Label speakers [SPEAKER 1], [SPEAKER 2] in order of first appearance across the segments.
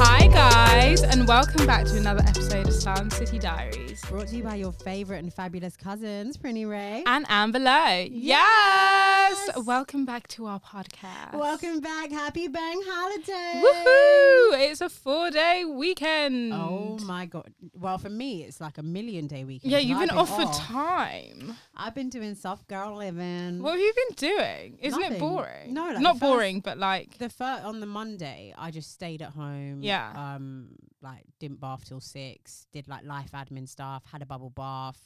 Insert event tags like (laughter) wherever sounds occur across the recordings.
[SPEAKER 1] Hi, guys, and welcome back to another episode of Sound City Diaries.
[SPEAKER 2] Brought to you by your favorite and fabulous cousins, Prinny Ray.
[SPEAKER 1] And Anne below. Yes! Welcome back to our podcast.
[SPEAKER 2] Welcome back. Happy Bang Holiday.
[SPEAKER 1] Woohoo! It's a four day weekend.
[SPEAKER 2] Oh my God. Well, for me, it's like a million day weekend.
[SPEAKER 1] Yeah,
[SPEAKER 2] and
[SPEAKER 1] you've been,
[SPEAKER 2] I've
[SPEAKER 1] off for time.
[SPEAKER 2] I've been doing soft girl living.
[SPEAKER 1] What have you been doing? Isn't it
[SPEAKER 2] Nothing.
[SPEAKER 1] boring?
[SPEAKER 2] No, like the
[SPEAKER 1] not
[SPEAKER 2] first-
[SPEAKER 1] boring, but like
[SPEAKER 2] the first, on the Monday, I just stayed at home.
[SPEAKER 1] Yeah.
[SPEAKER 2] Um, like didn't bath till six. Did like life admin stuff. Had a bubble bath.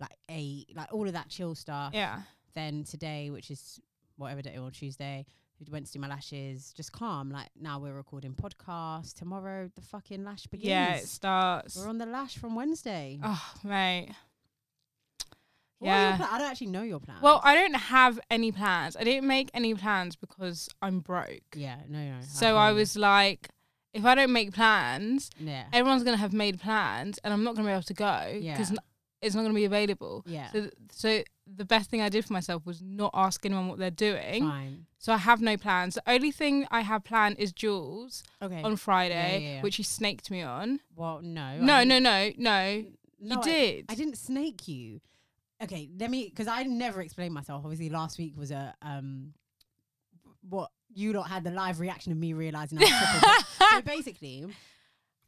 [SPEAKER 2] Like ate. Like all of that chill stuff.
[SPEAKER 1] yeah,
[SPEAKER 2] Then today, which is whatever day or Tuesday, we went to do my lashes. Just calm. Like now we're recording podcast. Tomorrow the fucking lash begins.
[SPEAKER 1] yeah, it starts.
[SPEAKER 2] We're on the lash from Wednesday.
[SPEAKER 1] Oh, mate.
[SPEAKER 2] What are your
[SPEAKER 1] Yeah.
[SPEAKER 2] pla- I don't actually know your plan.
[SPEAKER 1] Well, I don't have any plans. I didn't make any plans because I'm broke.
[SPEAKER 2] yeah, no, no.
[SPEAKER 1] So I
[SPEAKER 2] can-
[SPEAKER 1] was like, if I don't make plans,
[SPEAKER 2] yeah,
[SPEAKER 1] everyone's gonna have made plans, and I'm not gonna be able to go because
[SPEAKER 2] Yeah.
[SPEAKER 1] it's not gonna be available.
[SPEAKER 2] yeah,
[SPEAKER 1] So, th- so the best thing I did for myself was not ask anyone what they're doing.
[SPEAKER 2] fine.
[SPEAKER 1] So I have no plans. The only thing I have planned is Jules
[SPEAKER 2] Okay.
[SPEAKER 1] on Friday,
[SPEAKER 2] yeah, yeah.
[SPEAKER 1] which he snaked me on.
[SPEAKER 2] well, no, I
[SPEAKER 1] No,
[SPEAKER 2] didn't-
[SPEAKER 1] no, no, no.
[SPEAKER 2] no,
[SPEAKER 1] you
[SPEAKER 2] I-
[SPEAKER 1] did.
[SPEAKER 2] I, didn't snake you. Okay, let me because I never explained myself. Obviously, last week was a um, what you lot had the live reaction of me realizing I was crippled. so basically,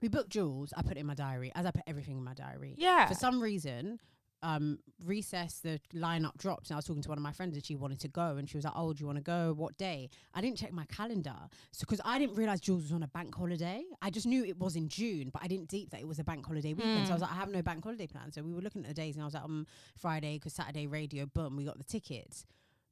[SPEAKER 2] we booked Jules. I put it in my diary, as I put everything in my diary.
[SPEAKER 1] Yeah.
[SPEAKER 2] For some reason, um, recess the lineup dropped, and I was talking to one of my friends, and she wanted to go, and she was like, "Oh, do you want to go? What day?" I didn't check my calendar, so because I didn't realize Jules was on a bank holiday. I just knew it was in June, but I didn't deep that it was a bank holiday weekend. So I was like, "I have no bank holiday plans." So we were looking at the days, and I was like, "Um, Friday, 'cause Saturday radio, boom, we got the tickets."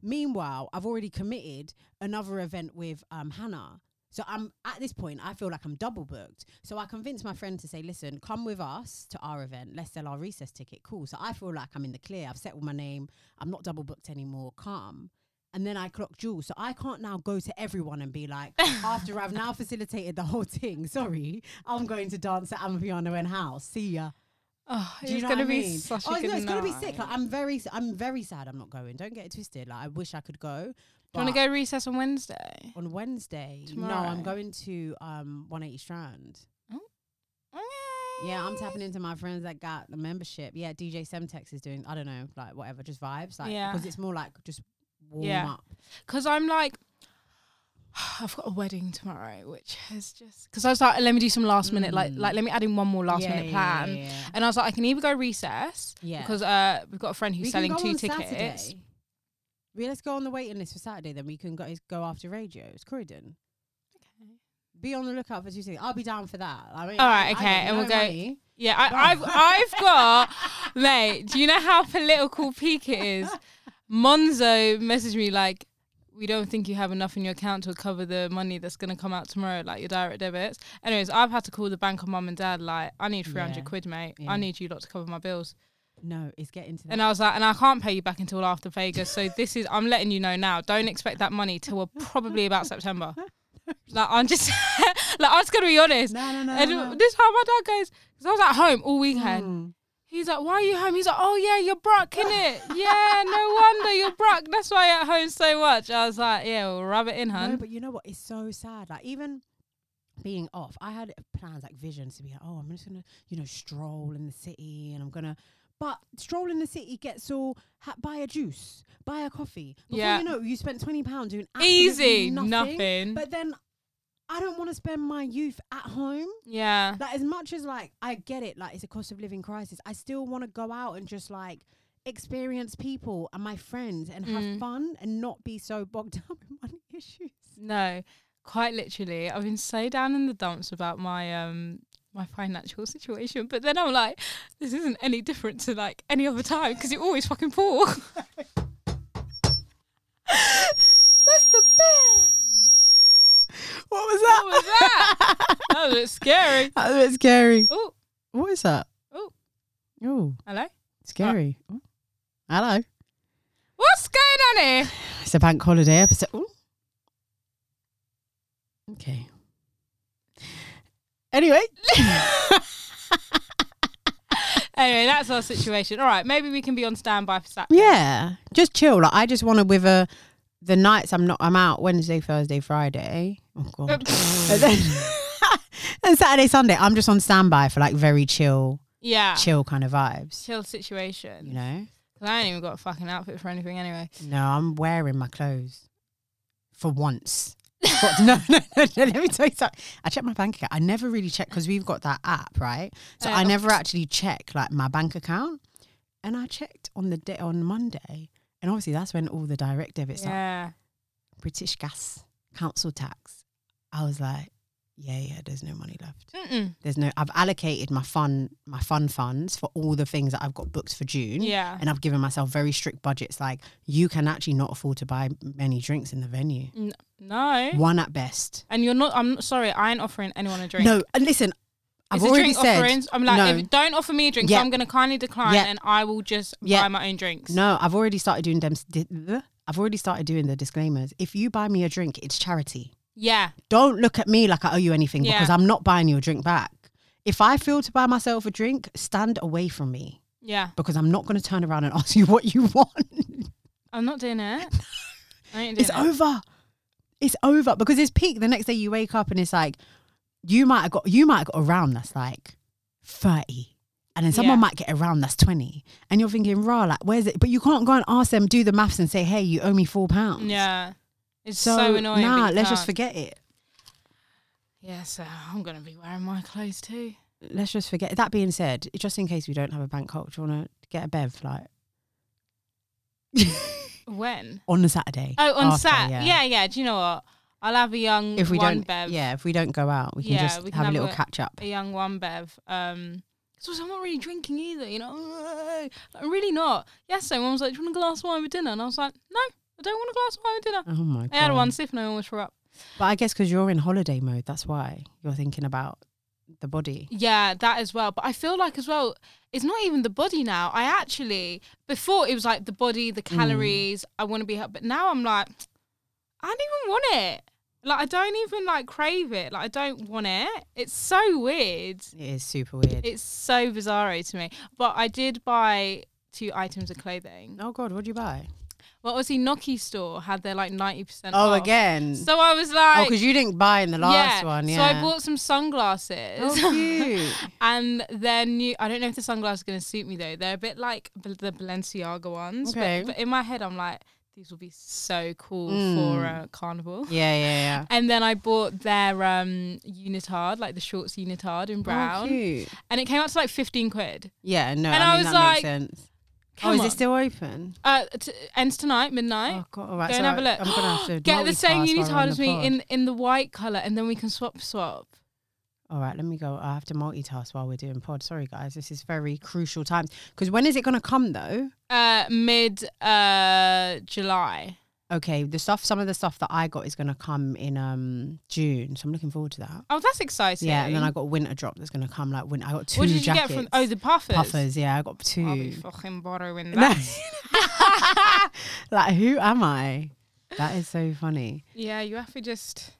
[SPEAKER 2] Meanwhile, I've already committed another event with um, Hannah. So I'm at this point, I feel like I'm double booked. So I convinced my friend to say, listen, come with us to our event. Let's sell our recess ticket. Cool. So I feel like I'm in the clear. I've settled my name. I'm not double booked anymore. Come. And then I clock Jules. So I can't now go to everyone and
[SPEAKER 1] (laughs)
[SPEAKER 2] be like, after I've now facilitated the whole thing, (laughs) sorry, I'm going to dance at Amapiano and House. See ya.
[SPEAKER 1] Oh,
[SPEAKER 2] Do you
[SPEAKER 1] it's
[SPEAKER 2] know
[SPEAKER 1] gonna
[SPEAKER 2] what I
[SPEAKER 1] be
[SPEAKER 2] mean?
[SPEAKER 1] such
[SPEAKER 2] oh,
[SPEAKER 1] a good
[SPEAKER 2] no, it's gonna be
[SPEAKER 1] night.
[SPEAKER 2] sick. Like, I'm very, s- I'm very sad. I'm not going. Don't get it twisted. Like I wish I could go.
[SPEAKER 1] Do you want
[SPEAKER 2] but
[SPEAKER 1] to go recess on Wednesday?
[SPEAKER 2] on Wednesday? No,
[SPEAKER 1] tomorrow?
[SPEAKER 2] I'm going to um 180 Strand.
[SPEAKER 1] Okay.
[SPEAKER 2] Yeah, I'm tapping into my friends that got the membership. Yeah, DJ Semtex is doing. I don't know, like whatever, just vibes. Like
[SPEAKER 1] Yeah.
[SPEAKER 2] because it's more like just warm
[SPEAKER 1] Yeah.
[SPEAKER 2] up.
[SPEAKER 1] because I'm like, (sighs) I've got a wedding tomorrow, which is just because I was like, let me do some last minute, like,
[SPEAKER 2] Mm.
[SPEAKER 1] like let me add in one more last
[SPEAKER 2] Yeah,
[SPEAKER 1] minute
[SPEAKER 2] yeah,
[SPEAKER 1] plan.
[SPEAKER 2] yeah, yeah.
[SPEAKER 1] And I was like, I can either go recess
[SPEAKER 2] Yeah.
[SPEAKER 1] because uh, we've got a friend who's
[SPEAKER 2] We can
[SPEAKER 1] selling
[SPEAKER 2] go
[SPEAKER 1] two
[SPEAKER 2] on
[SPEAKER 1] tickets.
[SPEAKER 2] Saturday. We let's go on the waiting list for Saturday. Then we can go go after radio. It's Croydon.
[SPEAKER 1] Okay.
[SPEAKER 2] Be on the lookout for two tickets. I'll be down for that. I mean,
[SPEAKER 1] All
[SPEAKER 2] I-
[SPEAKER 1] right,
[SPEAKER 2] I
[SPEAKER 1] okay,
[SPEAKER 2] got
[SPEAKER 1] and we'll
[SPEAKER 2] no
[SPEAKER 1] go-
[SPEAKER 2] money.
[SPEAKER 1] Yeah, I, I've I've got (laughs) mate. Do you know how political peak it is? Monzo messaged me like, "We don't think you have enough in your account to cover the money that's gonna come out tomorrow, like your direct debits." Anyways, I've had to call the bank on mum and dad. Like, I need three hundred
[SPEAKER 2] Yeah.
[SPEAKER 1] quid, mate. I
[SPEAKER 2] Yeah.
[SPEAKER 1] need you lot to cover my bills.
[SPEAKER 2] No, it's getting to that.
[SPEAKER 1] And I was like, and I can't pay you back until after Vegas. So this is, I'm letting you know now. Don't expect that money till we're probably
[SPEAKER 2] (laughs)
[SPEAKER 1] about September. Like I'm just, (laughs) like I was gonna be honest.
[SPEAKER 2] No, no, no,
[SPEAKER 1] And
[SPEAKER 2] no, Mm. no.
[SPEAKER 1] this is how my dad goes. Because I was at home all weekend. He's like, why are you home? He's like, oh yeah, you're broke,
[SPEAKER 2] (laughs)
[SPEAKER 1] innit? yeah, no wonder you're broke. That's why you're at home so much. I was like, yeah, well, rub it in, hun.
[SPEAKER 2] No, but you know what? It's so sad. Like even being off, I had plans like visions to be like, oh, I'm just gonna, you know, stroll in the city, and I'm gonna. But stroll in the city gets all ha- buy a juice, buy a coffee. Before
[SPEAKER 1] Yeah.
[SPEAKER 2] you know, it, you spent twenty pounds doing
[SPEAKER 1] Easy,
[SPEAKER 2] absolutely nothing.
[SPEAKER 1] nothing.
[SPEAKER 2] But then, I don't want to spend my youth at home.
[SPEAKER 1] yeah.
[SPEAKER 2] Like as much as like I get it, like it's a cost of living crisis. I still want to go out and just like experience people and my friends and
[SPEAKER 1] Mm.
[SPEAKER 2] have fun and not be so bogged (laughs) down with money issues.
[SPEAKER 1] No, quite literally. I've been so down in the dumps about my um my financial (laughs) situation. But then I'm like, this isn't any different to like any other time because you're always fucking poor. (laughs)
[SPEAKER 2] That's the best. What was
[SPEAKER 1] What
[SPEAKER 2] (laughs)
[SPEAKER 1] was that? that was a bit scary.
[SPEAKER 2] That was a bit scary.
[SPEAKER 1] Oh,
[SPEAKER 2] What is that?
[SPEAKER 1] oh,
[SPEAKER 2] Oh,
[SPEAKER 1] hello.
[SPEAKER 2] scary.
[SPEAKER 1] Ah.
[SPEAKER 2] Oh. Hello.
[SPEAKER 1] What's going on here?
[SPEAKER 2] It's a bank holiday episode. Ooh. Okay.
[SPEAKER 1] (laughs)
[SPEAKER 2] Anyway.
[SPEAKER 1] Anyway, that's our situation. All right, maybe we can be on standby for Saturday.
[SPEAKER 2] yeah. Just chill. Like I just want to with a the nights I'm not I'm out Wednesday, Thursday, Friday. Oh god. and then (laughs) and Saturday, Sunday, I'm just on standby for like very chill,
[SPEAKER 1] yeah. Ah. Chill,
[SPEAKER 2] chill kind of vibes.
[SPEAKER 1] situation.
[SPEAKER 2] You know?
[SPEAKER 1] 'Cause I ain't even got a fucking outfit for anything anyway.
[SPEAKER 2] No, I'm wearing my clothes for once. But no, no, no, no, let me tell you something. I check my bank account. I never really check because we've got that app, right? So I
[SPEAKER 1] Oh.
[SPEAKER 2] never actually check like my bank account. And I checked on the day on Monday, and obviously that's when all the direct debits are
[SPEAKER 1] yeah.
[SPEAKER 2] British Gas Council tax. I was like, yeah, yeah, there's no money left
[SPEAKER 1] Mm-mm.
[SPEAKER 2] there's no I've allocated my fun my fun funds for all the things that I've got booked for June.
[SPEAKER 1] Yeah.
[SPEAKER 2] And I've given myself very strict budgets like you can actually not afford to buy many drinks in the venue.
[SPEAKER 1] N- no.
[SPEAKER 2] One at best.
[SPEAKER 1] And you're not. I'm not, sorry. I ain't offering anyone a drink.
[SPEAKER 2] No, and listen, I've
[SPEAKER 1] it's a
[SPEAKER 2] already
[SPEAKER 1] drink
[SPEAKER 2] said
[SPEAKER 1] offerings. I'm like,
[SPEAKER 2] no,
[SPEAKER 1] if, don't offer me a drink.
[SPEAKER 2] Yeah.
[SPEAKER 1] So I'm going to kindly decline,
[SPEAKER 2] Yeah.
[SPEAKER 1] and I will just
[SPEAKER 2] Yeah.
[SPEAKER 1] buy my own drinks.
[SPEAKER 2] no, I've already started doing them di- bleh. I've already started doing the disclaimers. If you buy me a drink, it's charity.
[SPEAKER 1] Yeah.
[SPEAKER 2] Don't look at me like I owe you anything
[SPEAKER 1] Yeah.
[SPEAKER 2] because I'm not buying you a drink back. If I feel to buy myself a drink, stand away from me
[SPEAKER 1] Yeah.
[SPEAKER 2] because I'm not going to turn around and (laughs) ask you what you want.
[SPEAKER 1] I'm not doing
[SPEAKER 2] (laughs)
[SPEAKER 1] it. I ain't doing
[SPEAKER 2] It's
[SPEAKER 1] it.
[SPEAKER 2] over. It's over because it's peak. The next day you wake up and it's like you might have got you might have got a round that's like thirty, and then someone
[SPEAKER 1] Yeah.
[SPEAKER 2] might get a round that's twenty, and you're thinking, "Rah, like where's it?" But you can't go and ask them, do the maths, and say, "Hey, you owe me four pounds."
[SPEAKER 1] Yeah. It's so,
[SPEAKER 2] So,
[SPEAKER 1] annoying. but
[SPEAKER 2] Nah,
[SPEAKER 1] you
[SPEAKER 2] let's just
[SPEAKER 1] can't.
[SPEAKER 2] forget it.
[SPEAKER 1] Yeah, so I'm going to be wearing my clothes too.
[SPEAKER 2] Let's just forget. That being said, just in case we don't have a bank holiday, do you want to get a bev like
[SPEAKER 1] When?
[SPEAKER 2] on the Saturday?
[SPEAKER 1] Oh, on
[SPEAKER 2] after,
[SPEAKER 1] Sat. Yeah. yeah, Do you know what? I'll have a young
[SPEAKER 2] If we
[SPEAKER 1] one
[SPEAKER 2] don't,
[SPEAKER 1] bev.
[SPEAKER 2] yeah, if we don't go out, we can
[SPEAKER 1] Yeah,
[SPEAKER 2] just
[SPEAKER 1] we can
[SPEAKER 2] have,
[SPEAKER 1] have
[SPEAKER 2] a little
[SPEAKER 1] a-
[SPEAKER 2] catch up.
[SPEAKER 1] A young one bev. Um, because I'm not really drinking either. You know, I'm really not. Yesterday, mum was like, "Do you want a glass of wine with dinner?" And I was like, "No, I don't want a glass of wine with dinner."
[SPEAKER 2] Oh my god!
[SPEAKER 1] I had one sip and I almost threw up.
[SPEAKER 2] But I guess because you're in holiday mode, that's why you're thinking about the body.
[SPEAKER 1] Yeah, that as well. But I feel like as well, it's not even the body now. I actually before it was like the body, the calories. I want to be healthy, but now I'm like, I don't even want it. Like I don't even like crave it. Like I don't want it. It's so weird.
[SPEAKER 2] It is super weird.
[SPEAKER 1] It's so bizarro to me. But I did buy two items of clothing.
[SPEAKER 2] oh God, what'd you buy?
[SPEAKER 1] Well, obviously, Noki store had their like ninety percent.
[SPEAKER 2] Oh, again.
[SPEAKER 1] So I was
[SPEAKER 2] oh,
[SPEAKER 1] like,
[SPEAKER 2] because you didn't buy in the last
[SPEAKER 1] yeah.
[SPEAKER 2] one. Yeah.
[SPEAKER 1] So I bought some sunglasses. (laughs)
[SPEAKER 2] Oh, cute.
[SPEAKER 1] And then you, I don't know if the sunglasses are going to suit me though. They're a bit like b- the Balenciaga ones. but-
[SPEAKER 2] Okay. Mm.
[SPEAKER 1] But, in my head, I'm like, these will be so cool for uh, carnival.
[SPEAKER 2] yeah, yeah, Oh, yeah.
[SPEAKER 1] And then I bought their um, unitard, like the shorts unitard in
[SPEAKER 2] Oh,
[SPEAKER 1] brown,
[SPEAKER 2] cute.
[SPEAKER 1] and it came out to like fifteen quid.
[SPEAKER 2] Yeah, no,
[SPEAKER 1] And I
[SPEAKER 2] I, mean,
[SPEAKER 1] was
[SPEAKER 2] that
[SPEAKER 1] like,
[SPEAKER 2] makes sense.
[SPEAKER 1] Come
[SPEAKER 2] oh, is
[SPEAKER 1] on.
[SPEAKER 2] it still open?
[SPEAKER 1] Uh, t- ends tonight, midnight.
[SPEAKER 2] Oh God, all right.
[SPEAKER 1] Go
[SPEAKER 2] so
[SPEAKER 1] and have a
[SPEAKER 2] I-
[SPEAKER 1] look.
[SPEAKER 2] I'm
[SPEAKER 1] (gasps)
[SPEAKER 2] gonna have to
[SPEAKER 1] Get the same
[SPEAKER 2] multitask while we're on
[SPEAKER 1] unitard as
[SPEAKER 2] the
[SPEAKER 1] me
[SPEAKER 2] pod.
[SPEAKER 1] in in the white color, and then we can swap swap.
[SPEAKER 2] All right, let me go. I have to multitask while we're doing pod. Sorry, guys, this is very crucial time. Because when is it gonna come though?
[SPEAKER 1] Uh, mid uh July.
[SPEAKER 2] Okay, the stuff, some of the stuff that I got is gonna come in um June, so I'm looking forward to that.
[SPEAKER 1] Oh, that's exciting.
[SPEAKER 2] Yeah, and then I got winter drop that's gonna come like winter. I got two
[SPEAKER 1] What did you
[SPEAKER 2] jackets.
[SPEAKER 1] get from? Oh, the puffers.
[SPEAKER 2] puffers? Yeah, I got
[SPEAKER 1] I'll be
[SPEAKER 2] two.
[SPEAKER 1] fucking borrowing
[SPEAKER 2] (laughs) No.
[SPEAKER 1] that.
[SPEAKER 2] (laughs) like who am I? That is so funny.
[SPEAKER 1] yeah, you have to just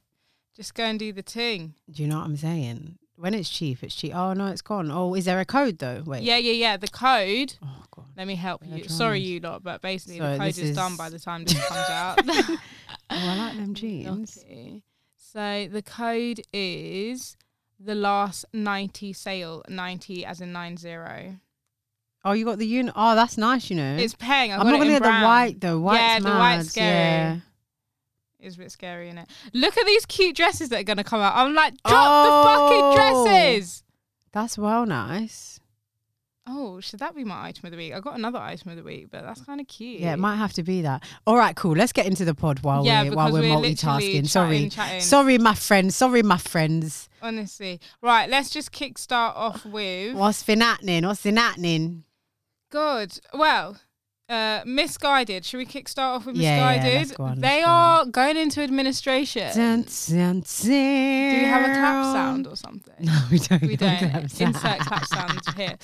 [SPEAKER 1] just go and do the thing.
[SPEAKER 2] Do you know what I'm saying? When it's cheap, it's cheap. Oh no, it's gone. Oh, is there a code though? Wait.
[SPEAKER 1] Yeah, yeah, yeah. The code.
[SPEAKER 2] Oh god.
[SPEAKER 1] Let me help
[SPEAKER 2] Yeah,
[SPEAKER 1] you.
[SPEAKER 2] try
[SPEAKER 1] Sorry,
[SPEAKER 2] and-
[SPEAKER 1] you lot, but basically
[SPEAKER 2] So
[SPEAKER 1] the code
[SPEAKER 2] this
[SPEAKER 1] is, done
[SPEAKER 2] is-
[SPEAKER 1] by the
[SPEAKER 2] (laughs)
[SPEAKER 1] time this comes out. (laughs)
[SPEAKER 2] Oh, I like them jeans.
[SPEAKER 1] okay. So the code is the last ninety sale. Ninety as in nine zero.
[SPEAKER 2] Oh, you got the uni. Oh, that's nice. You know.
[SPEAKER 1] It's paying. I
[SPEAKER 2] I'm not
[SPEAKER 1] going
[SPEAKER 2] gonna
[SPEAKER 1] to
[SPEAKER 2] get the white though. White's
[SPEAKER 1] Yeah, the white's
[SPEAKER 2] mad,
[SPEAKER 1] scary.
[SPEAKER 2] yeah.
[SPEAKER 1] It's a bit scary, is it? Look at these cute dresses that are going to come out. I'm like, drop the
[SPEAKER 2] Oh.
[SPEAKER 1] fucking dresses.
[SPEAKER 2] That's well nice.
[SPEAKER 1] Oh, should that be my item of the week? I got another item of the week, but that's kind of cute.
[SPEAKER 2] Yeah, it might have to be that. All right, cool. Let's get into the pod while
[SPEAKER 1] Yeah,
[SPEAKER 2] we're while
[SPEAKER 1] because
[SPEAKER 2] we're,
[SPEAKER 1] we're literally
[SPEAKER 2] multitasking.
[SPEAKER 1] chatting,
[SPEAKER 2] Sorry,
[SPEAKER 1] chatting.
[SPEAKER 2] sorry, my friends. Sorry, my friends.
[SPEAKER 1] honestly. Right, let's just kickstart off with
[SPEAKER 2] What's been happening? What's been happening?
[SPEAKER 1] God. Well, uh, misguided. Should we kickstart off with
[SPEAKER 2] Yeah, yeah,
[SPEAKER 1] misguided?
[SPEAKER 2] let's go on,
[SPEAKER 1] they
[SPEAKER 2] let's go
[SPEAKER 1] are going into administration.
[SPEAKER 2] Dun, dun,
[SPEAKER 1] Uh, Do we have a clap
[SPEAKER 2] dun.
[SPEAKER 1] sound or something?
[SPEAKER 2] (laughs) No, we don't.
[SPEAKER 1] we don't
[SPEAKER 2] Clap sound.
[SPEAKER 1] insert clap sound here.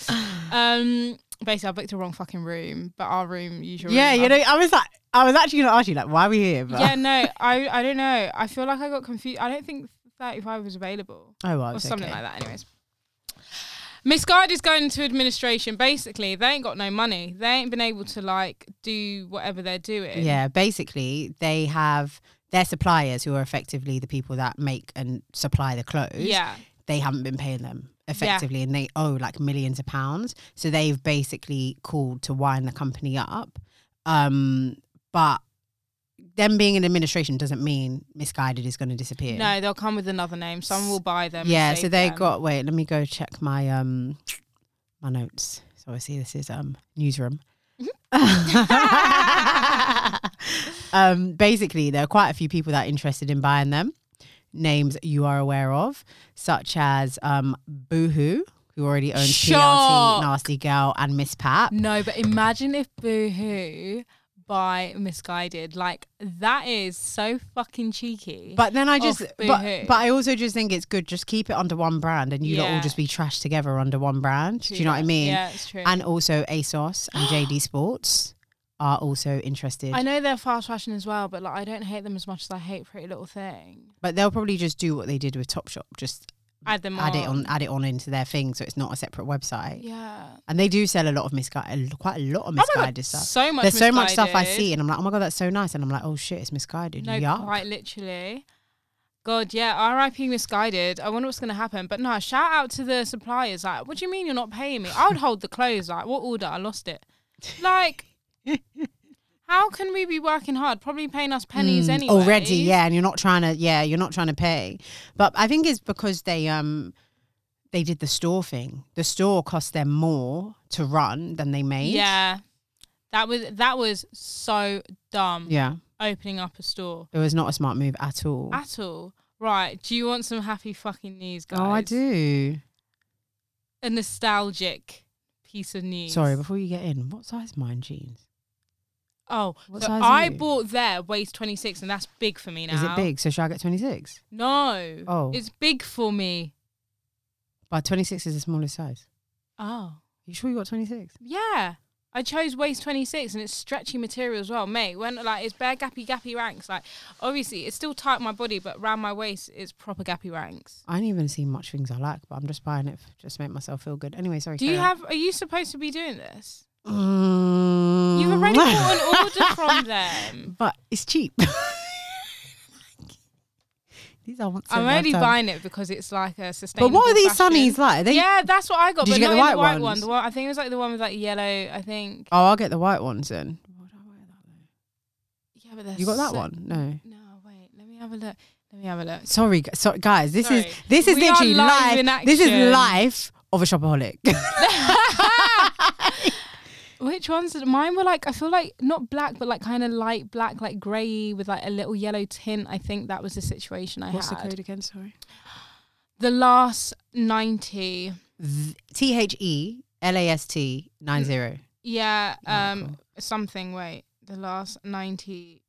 [SPEAKER 1] Um, basically, I booked the wrong fucking room, but our room, usual.
[SPEAKER 2] Yeah,
[SPEAKER 1] room,
[SPEAKER 2] you
[SPEAKER 1] I'm-
[SPEAKER 2] know, I was like, I was actually gonna ask you like, why are we here? But
[SPEAKER 1] Yeah, no, I, I don't know. I feel like I got confused. I don't think 35 was available
[SPEAKER 2] oh well,
[SPEAKER 1] or
[SPEAKER 2] it's
[SPEAKER 1] something
[SPEAKER 2] okay.
[SPEAKER 1] like that. Anyways, misguided is going into administration. Basically, they ain't got no money. They ain't been able to like do whatever they're doing.
[SPEAKER 2] Yeah, basically, they have their suppliers who are effectively the people that make and supply the clothes.
[SPEAKER 1] Yeah.
[SPEAKER 2] they haven't been paying them effectively and they owe like millions of pounds. So they've basically called to wind the company up. Um, but them being in administration doesn't mean misguided is going to disappear.
[SPEAKER 1] No, they'll come with another name. Someone will buy them. and
[SPEAKER 2] Yeah. So
[SPEAKER 1] save
[SPEAKER 2] they
[SPEAKER 1] them.
[SPEAKER 2] got, wait, let me go check my, um, my notes. So obviously this is, um, newsroom.
[SPEAKER 1] Mm-hmm.
[SPEAKER 2] (laughs) um, basically, there are quite a few people that are interested in buying them. Names you are aware of, such as um, Boohoo, who already owns
[SPEAKER 1] Shock.
[SPEAKER 2] PLT, Nasty Girl, and Miss Pat.
[SPEAKER 1] No, but imagine if Boohoo by Misguided. Like, that is so fucking cheeky.
[SPEAKER 2] But then I just,
[SPEAKER 1] Off Boohoo.
[SPEAKER 2] but, but I also just think it's good. Just keep it under one brand, and you lot
[SPEAKER 1] Yeah.
[SPEAKER 2] all just be trashed together under one brand. Do
[SPEAKER 1] True
[SPEAKER 2] you know what I
[SPEAKER 1] that.
[SPEAKER 2] mean?
[SPEAKER 1] Yeah, it's true.
[SPEAKER 2] And also ASOS
[SPEAKER 1] (gasps)
[SPEAKER 2] and JD Sports are also interested,
[SPEAKER 1] I know they're fast fashion as well, but like I don't hate them as much as I hate Pretty Little Thing.
[SPEAKER 2] but they'll probably just do what they did with Topshop, just
[SPEAKER 1] Add them
[SPEAKER 2] add
[SPEAKER 1] on.
[SPEAKER 2] it on, add it on into their thing, so it's not a separate website.
[SPEAKER 1] Yeah.
[SPEAKER 2] And they do sell a lot of misguided, quite a lot of
[SPEAKER 1] Oh my
[SPEAKER 2] misguided
[SPEAKER 1] God,
[SPEAKER 2] stuff.
[SPEAKER 1] So much.
[SPEAKER 2] There's so much stuff I
[SPEAKER 1] misguided.
[SPEAKER 2] see, and I'm like, oh my god, that's so nice. And I'm like, oh shit, it's misguided.
[SPEAKER 1] No,
[SPEAKER 2] Yuck.
[SPEAKER 1] quite literally. God, yeah, RIP misguided. I wonder what's going to happen. But no, shout out to the suppliers. Like, what do you mean you're not paying me? I would hold the clothes. Like, what order? I lost it.
[SPEAKER 2] (laughs)
[SPEAKER 1] Like, how can we be working hard? Probably paying us pennies
[SPEAKER 2] Mm,
[SPEAKER 1] anyway.
[SPEAKER 2] Already, yeah, and you're not trying to, yeah, you're not trying to pay. But I think it's because they um they did the store thing. The store cost them more to run than they made.
[SPEAKER 1] Yeah. That was that was so dumb.
[SPEAKER 2] yeah.
[SPEAKER 1] Opening up a store
[SPEAKER 2] It was not a smart move at all.
[SPEAKER 1] at all. Right. Do you want some happy fucking news, guys?
[SPEAKER 2] oh, I do.
[SPEAKER 1] A nostalgic piece of news.
[SPEAKER 2] Sorry, before you get in, what size are mine jeans?
[SPEAKER 1] Oh,
[SPEAKER 2] What
[SPEAKER 1] so
[SPEAKER 2] size are
[SPEAKER 1] I
[SPEAKER 2] you?
[SPEAKER 1] bought their waist 26, and that's big for me now.
[SPEAKER 2] Is it big? So should I get 26?
[SPEAKER 1] No.
[SPEAKER 2] Oh.
[SPEAKER 1] It's big for me.
[SPEAKER 2] But 26 is the smallest size.
[SPEAKER 1] Oh.
[SPEAKER 2] You sure you got 26?
[SPEAKER 1] Yeah. I chose waist 26 and it's stretchy material as well, mate. When like it's bare gappy gappy ranks, like obviously it's still tight my body, but round my waist it's proper gappy ranks.
[SPEAKER 2] I don't even see much things I like, but I'm just buying it f- just to make myself feel good. Anyway, sorry.
[SPEAKER 1] Do you
[SPEAKER 2] carry on.
[SPEAKER 1] have? Are you supposed to be doing this?
[SPEAKER 2] Mm.
[SPEAKER 1] You've already
[SPEAKER 2] (laughs)
[SPEAKER 1] bought an order from them.
[SPEAKER 2] but it's cheap. (laughs) these are once in a
[SPEAKER 1] I'm only
[SPEAKER 2] lifetime.
[SPEAKER 1] buying it because it's like a sustainable.
[SPEAKER 2] But what are these
[SPEAKER 1] fashion.
[SPEAKER 2] sunnies like? Are they-
[SPEAKER 1] yeah, that's what I got.
[SPEAKER 2] Did
[SPEAKER 1] but
[SPEAKER 2] you get
[SPEAKER 1] not
[SPEAKER 2] the
[SPEAKER 1] in
[SPEAKER 2] white
[SPEAKER 1] the white one.
[SPEAKER 2] ones?
[SPEAKER 1] The one. I think it was like the one with like yellow. I think.
[SPEAKER 2] Oh, I'll get the white ones then.
[SPEAKER 1] Yeah, but they're
[SPEAKER 2] You got that
[SPEAKER 1] so-
[SPEAKER 2] one? No.
[SPEAKER 1] No, wait. Let me have a look. Let me have a look.
[SPEAKER 2] Sorry, gu- so, guys. This
[SPEAKER 1] Sorry.
[SPEAKER 2] is this is
[SPEAKER 1] We are
[SPEAKER 2] literally
[SPEAKER 1] live in
[SPEAKER 2] life. This is
[SPEAKER 1] action.
[SPEAKER 2] life of a shopaholic.
[SPEAKER 1] Which ones? Did, mine were like I feel like not black, but like kind of light black, like grey with like a little yellow tint. I think that was the situation I (laughs) had.
[SPEAKER 2] again? Sorry.
[SPEAKER 1] The last ninety.
[SPEAKER 2] T H E L A S T nine zero.
[SPEAKER 1] Yeah.
[SPEAKER 2] Yeah,
[SPEAKER 1] Um.
[SPEAKER 2] cool.
[SPEAKER 1] Something. Wait. The last ninety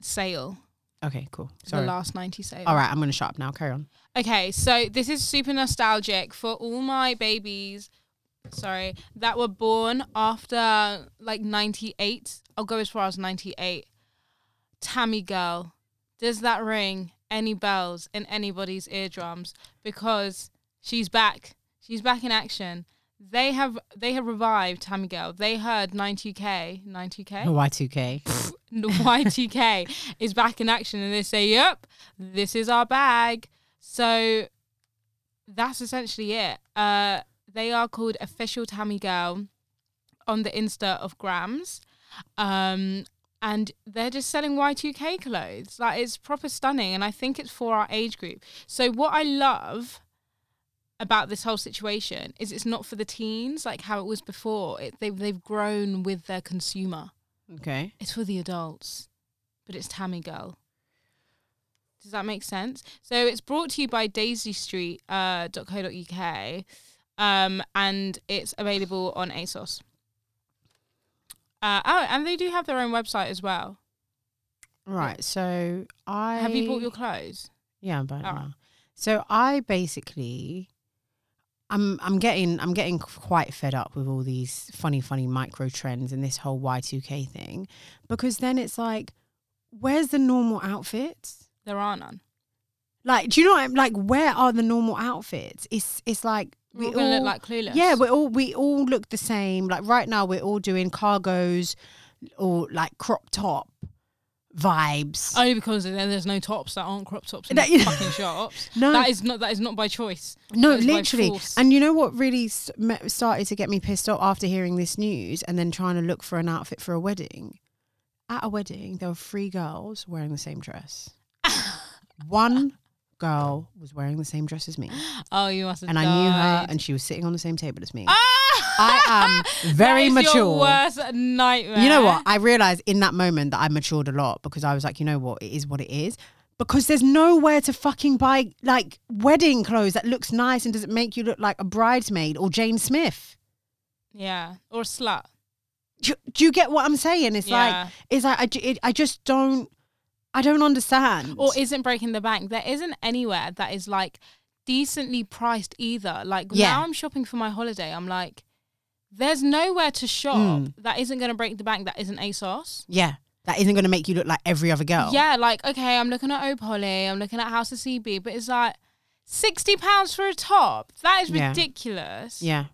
[SPEAKER 1] sale.
[SPEAKER 2] Okay, cool. Sorry.
[SPEAKER 1] The last ninety sale.
[SPEAKER 2] All right, I'm gonna shut up now. Carry on.
[SPEAKER 1] Okay, so this is super nostalgic for all my babies. Sorry, that were born after like 98. I'll go as far as 98. Tammy Girl. Does that ring any bells in anybody's eardrums? Because she's back. She's back in action. They have they have revived Tammy Girl. They heard 90K, 90K?
[SPEAKER 2] Y two K.
[SPEAKER 1] the Y2K is back in action and they say, yep, this is our bag. So that's essentially it. Uh, they are called Official Tammy Girl on the Insta of Grams. Um, and they're just selling Y2K clothes. Like it's proper stunning. And I think it's for our age group. So what I love about this whole situation is it's not for the teens like how it was before. It, they've they've grown with their consumer.
[SPEAKER 2] Okay.
[SPEAKER 1] It's for the adults, but it's Tammy Girl. Does that make sense? So it's brought to you by uh, DaisyStreet.co.uk, um, and it's available on ASOS. Uh, oh, and they do have their own website as well.
[SPEAKER 2] Right. So I
[SPEAKER 1] Have you bought your clothes?
[SPEAKER 2] Yeah, I'm buying it
[SPEAKER 1] Alright.
[SPEAKER 2] now. So I basically, I'm I'm getting I'm getting quite fed up with all these funny funny micro trends and this whole Y two K thing, because then it's like, where's the normal outfits?
[SPEAKER 1] There are none.
[SPEAKER 2] Like, do you know what I'm like? Where are the normal outfits? It's it's like
[SPEAKER 1] We're
[SPEAKER 2] we
[SPEAKER 1] gonna
[SPEAKER 2] all-
[SPEAKER 1] look like clueless.
[SPEAKER 2] yeah, we all we all look the same. Like right now, we're all doing cargos or like crop top vibes.
[SPEAKER 1] only because then there's no tops that aren't crop tops in
[SPEAKER 2] That-
[SPEAKER 1] the fucking shops.
[SPEAKER 2] (laughs) No.
[SPEAKER 1] that is not that is not by choice.
[SPEAKER 2] No,
[SPEAKER 1] That is by
[SPEAKER 2] literally.
[SPEAKER 1] force.
[SPEAKER 2] And you know what really s- me- started to get me pissed off after hearing this news and then trying to look for an outfit for a wedding? At a wedding, there were three girls wearing the
[SPEAKER 1] (laughs)
[SPEAKER 2] same dress. One girl was wearing the same
[SPEAKER 1] (gasps)
[SPEAKER 2] dress as me,
[SPEAKER 1] oh, you must have.
[SPEAKER 2] and I knew her,
[SPEAKER 1] died.
[SPEAKER 2] and she was sitting on the same table as me.
[SPEAKER 1] Ah!
[SPEAKER 2] I am very
[SPEAKER 1] (laughs) That is
[SPEAKER 2] mature.
[SPEAKER 1] Your worst nightmare.
[SPEAKER 2] You know what? I realized in that moment that I matured a lot because I was like, you know what? It is what it is. Because there's nowhere to fucking buy like wedding clothes that looks nice and doesn't make you look like a bridesmaid or Jane Smith.
[SPEAKER 1] Yeah, or a slut.
[SPEAKER 2] Do, do you get what I'm saying? It's
[SPEAKER 1] Yeah.
[SPEAKER 2] like, it's like, I, ju- it, I just don't, I don't understand.
[SPEAKER 1] Or isn't breaking the bank. There isn't anywhere that is like decently priced either. Like
[SPEAKER 2] Yeah.
[SPEAKER 1] now I'm shopping for my holiday. I'm like, there's nowhere to shop
[SPEAKER 2] Mm.
[SPEAKER 1] that isn't going to break the bank. That isn't ASOS.
[SPEAKER 2] yeah, that isn't going to make you look like every other girl.
[SPEAKER 1] Yeah, like okay, I'm looking at Opoly, I'm looking at House of CB, but it's like sixty pounds for a top. That is
[SPEAKER 2] Yeah.
[SPEAKER 1] ridiculous.
[SPEAKER 2] Yeah.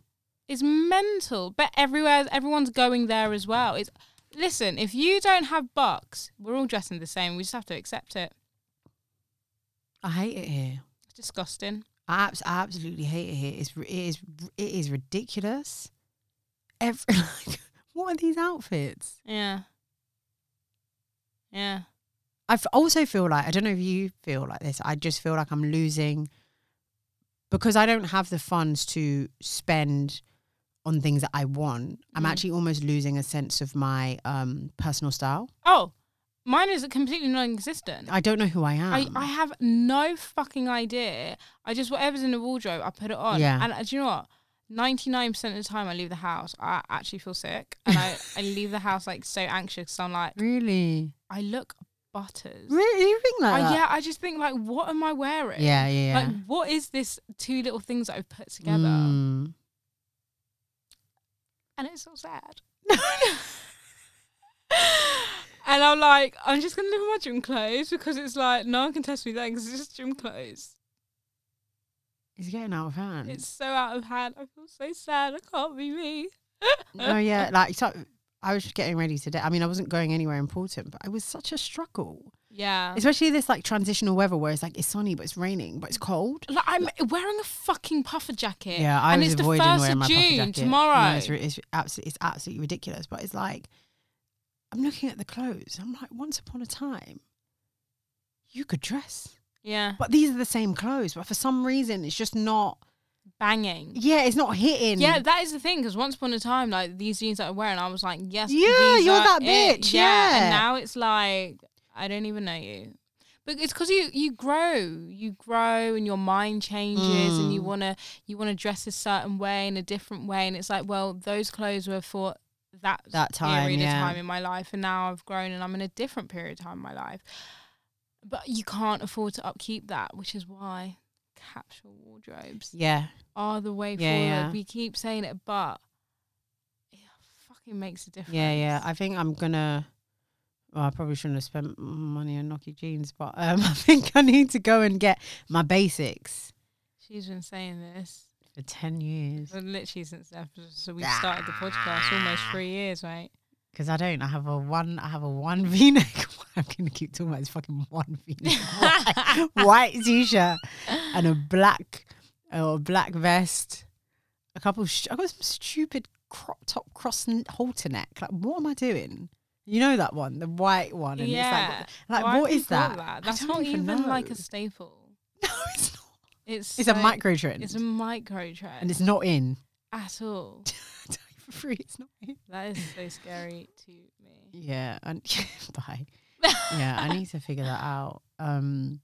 [SPEAKER 1] It's mental. But everywhere, everyone's going there as well. It's listen, if you don't have bucks, we're all dressing the same. We just have to accept it.
[SPEAKER 2] I hate it here.
[SPEAKER 1] It's disgusting.
[SPEAKER 2] I, abs- I absolutely hate it here. It's, ri- it is, it is ridiculous. Every, (laughs) like, what are these outfits?
[SPEAKER 1] Yeah. Yeah.
[SPEAKER 2] I f- also feel like I don't know if you feel like this. I just feel like I'm losing because I don't have the funds to spend on things that I want. I'm
[SPEAKER 1] Mm.
[SPEAKER 2] actually almost losing a sense of my um, personal style.
[SPEAKER 1] Oh, mine is completely non-existent.
[SPEAKER 2] I don't know who I am.
[SPEAKER 1] I, I have no fucking idea. I just whatever's in the wardrobe, I put it on.
[SPEAKER 2] Yeah.
[SPEAKER 1] And uh, do you know what? Ninety nine percent of the time, I leave the house. I actually feel sick, and I,
[SPEAKER 2] (laughs)
[SPEAKER 1] I leave the house like so anxious. 'cause I'm like,
[SPEAKER 2] really,
[SPEAKER 1] I look butters.
[SPEAKER 2] really, you think like
[SPEAKER 1] I-
[SPEAKER 2] that?
[SPEAKER 1] yeah, I just think like, what am I wearing?
[SPEAKER 2] yeah, yeah, yeah.
[SPEAKER 1] Like, what is this two little things that I've put together?
[SPEAKER 2] Mm.
[SPEAKER 1] And it's so sad. (laughs) and I'm like, I'm just gonna live in my gym clothes because it's like no one can test me that because it's just gym clothes.
[SPEAKER 2] It's getting out of hand.
[SPEAKER 1] It's so out of hand. I feel so sad. I can't be me.
[SPEAKER 2] oh yeah, like so. I was getting ready today. I mean, I wasn't going anywhere important, but it was such a struggle,
[SPEAKER 1] Yeah.
[SPEAKER 2] especially this like transitional weather where it's like it's sunny but it's raining but it's cold.
[SPEAKER 1] Like I'm wearing a fucking puffer jacket.
[SPEAKER 2] Yeah, I
[SPEAKER 1] and
[SPEAKER 2] was
[SPEAKER 1] it's the
[SPEAKER 2] avoiding
[SPEAKER 1] first
[SPEAKER 2] wearing
[SPEAKER 1] of
[SPEAKER 2] my puffer
[SPEAKER 1] June
[SPEAKER 2] jacket.
[SPEAKER 1] tomorrow.
[SPEAKER 2] No, it's, ri- it's absolutely it's absolutely ridiculous. But it's like I'm looking at the clothes. I'm like, once upon a time, you could dress,
[SPEAKER 1] yeah,
[SPEAKER 2] but these are the same clothes. But for some reason, it's just not.
[SPEAKER 1] banging.
[SPEAKER 2] Yeah, it's not hitting.
[SPEAKER 1] Yeah, that is the thing. Because once upon a time, like these jeans that I'm wearing, I was like, yes,
[SPEAKER 2] Yeah,
[SPEAKER 1] these
[SPEAKER 2] you're
[SPEAKER 1] are
[SPEAKER 2] that
[SPEAKER 1] it.
[SPEAKER 2] bitch,
[SPEAKER 1] and
[SPEAKER 2] yeah.
[SPEAKER 1] now it's like I don't even know you. But it's because you you grow, you grow, and your mind changes, and you
[SPEAKER 2] Mm.
[SPEAKER 1] wanna you wanna dress a certain way in a different way, and it's like, well, those clothes were for that
[SPEAKER 2] That time,
[SPEAKER 1] period
[SPEAKER 2] yeah.
[SPEAKER 1] of time in my life, and now I've grown, and I'm in a different period of time in my life. But you can't afford to upkeep that, which is why capsule wardrobes
[SPEAKER 2] yeah,
[SPEAKER 1] are the way
[SPEAKER 2] Yeah,
[SPEAKER 1] forward.
[SPEAKER 2] yeah.
[SPEAKER 1] We keep saying it, but it fucking makes a difference.
[SPEAKER 2] yeah, yeah. I think I'm gonna. Well, I probably shouldn't have spent m- money on Nokia jeans, but um, (laughs) I think I need to go and get my basics
[SPEAKER 1] She's been saying this
[SPEAKER 2] for ten years
[SPEAKER 1] for literally since the episode- so we started the podcast almost three years, right?
[SPEAKER 2] because I don't. I have a one. I have a one (laughs) V-neck. I'm gonna keep talking about this fucking one V-neck. white t-shirt and a black or black vest. A couple. Sh- I got some stupid crop top cross n- halter neck. Like, what am I doing? You know that one, the white one. And
[SPEAKER 1] yeah.
[SPEAKER 2] It's like, what- like
[SPEAKER 1] Why
[SPEAKER 2] what
[SPEAKER 1] have we
[SPEAKER 2] is
[SPEAKER 1] got
[SPEAKER 2] that? I
[SPEAKER 1] That's
[SPEAKER 2] don't
[SPEAKER 1] not even like
[SPEAKER 2] know.
[SPEAKER 1] a staple.
[SPEAKER 2] (laughs) No, it's not.
[SPEAKER 1] It's
[SPEAKER 2] It's a
[SPEAKER 1] like-
[SPEAKER 2] micro trend.
[SPEAKER 1] It's a micro trend.
[SPEAKER 2] and it's not in. (laughs)
[SPEAKER 1] at all.
[SPEAKER 2] Tell you for free, it's not in.
[SPEAKER 1] That is
[SPEAKER 2] (laughs)
[SPEAKER 1] so scary to me.
[SPEAKER 2] Yeah, and
[SPEAKER 1] (laughs)
[SPEAKER 2] bye. Yeah, I need to figure that out. Um,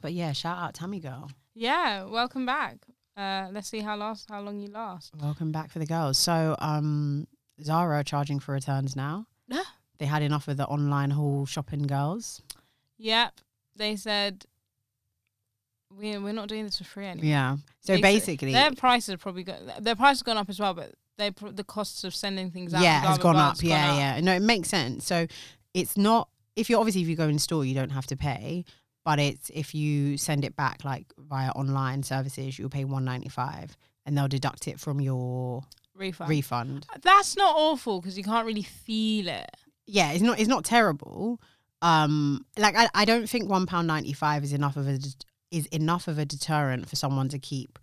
[SPEAKER 2] but yeah, shout out Tammy Girl.
[SPEAKER 1] Yeah, welcome back. Uh, let's see how last how long you last.
[SPEAKER 2] Welcome back for the girls. So, um, Zara are charging for returns now.
[SPEAKER 1] Ah.
[SPEAKER 2] they had enough of the online haul shopping girls.
[SPEAKER 1] Yep, they said we we're not doing this for free anymore.
[SPEAKER 2] Yeah. So
[SPEAKER 1] They-
[SPEAKER 2] basically,
[SPEAKER 1] uh, their prices probably go, their price has gone up as well, but they pr- the costs of sending things out
[SPEAKER 2] yeah,
[SPEAKER 1] blah,
[SPEAKER 2] has
[SPEAKER 1] blah,
[SPEAKER 2] gone
[SPEAKER 1] blah,
[SPEAKER 2] up.
[SPEAKER 1] has
[SPEAKER 2] yeah,
[SPEAKER 1] up.
[SPEAKER 2] yeah. No, it makes sense. So it's not if you obviously if you go in store, you don't have to pay, but it's if you send it back like via online services, you'll pay one ninety five, and they'll deduct it from your
[SPEAKER 1] refund.
[SPEAKER 2] refund.
[SPEAKER 1] That's not awful because you can't really feel it.
[SPEAKER 2] Yeah, it's not it's not terrible. Um, like I, I don't think one pound ninety five is enough of a det- is enough of a deterrent for someone to keep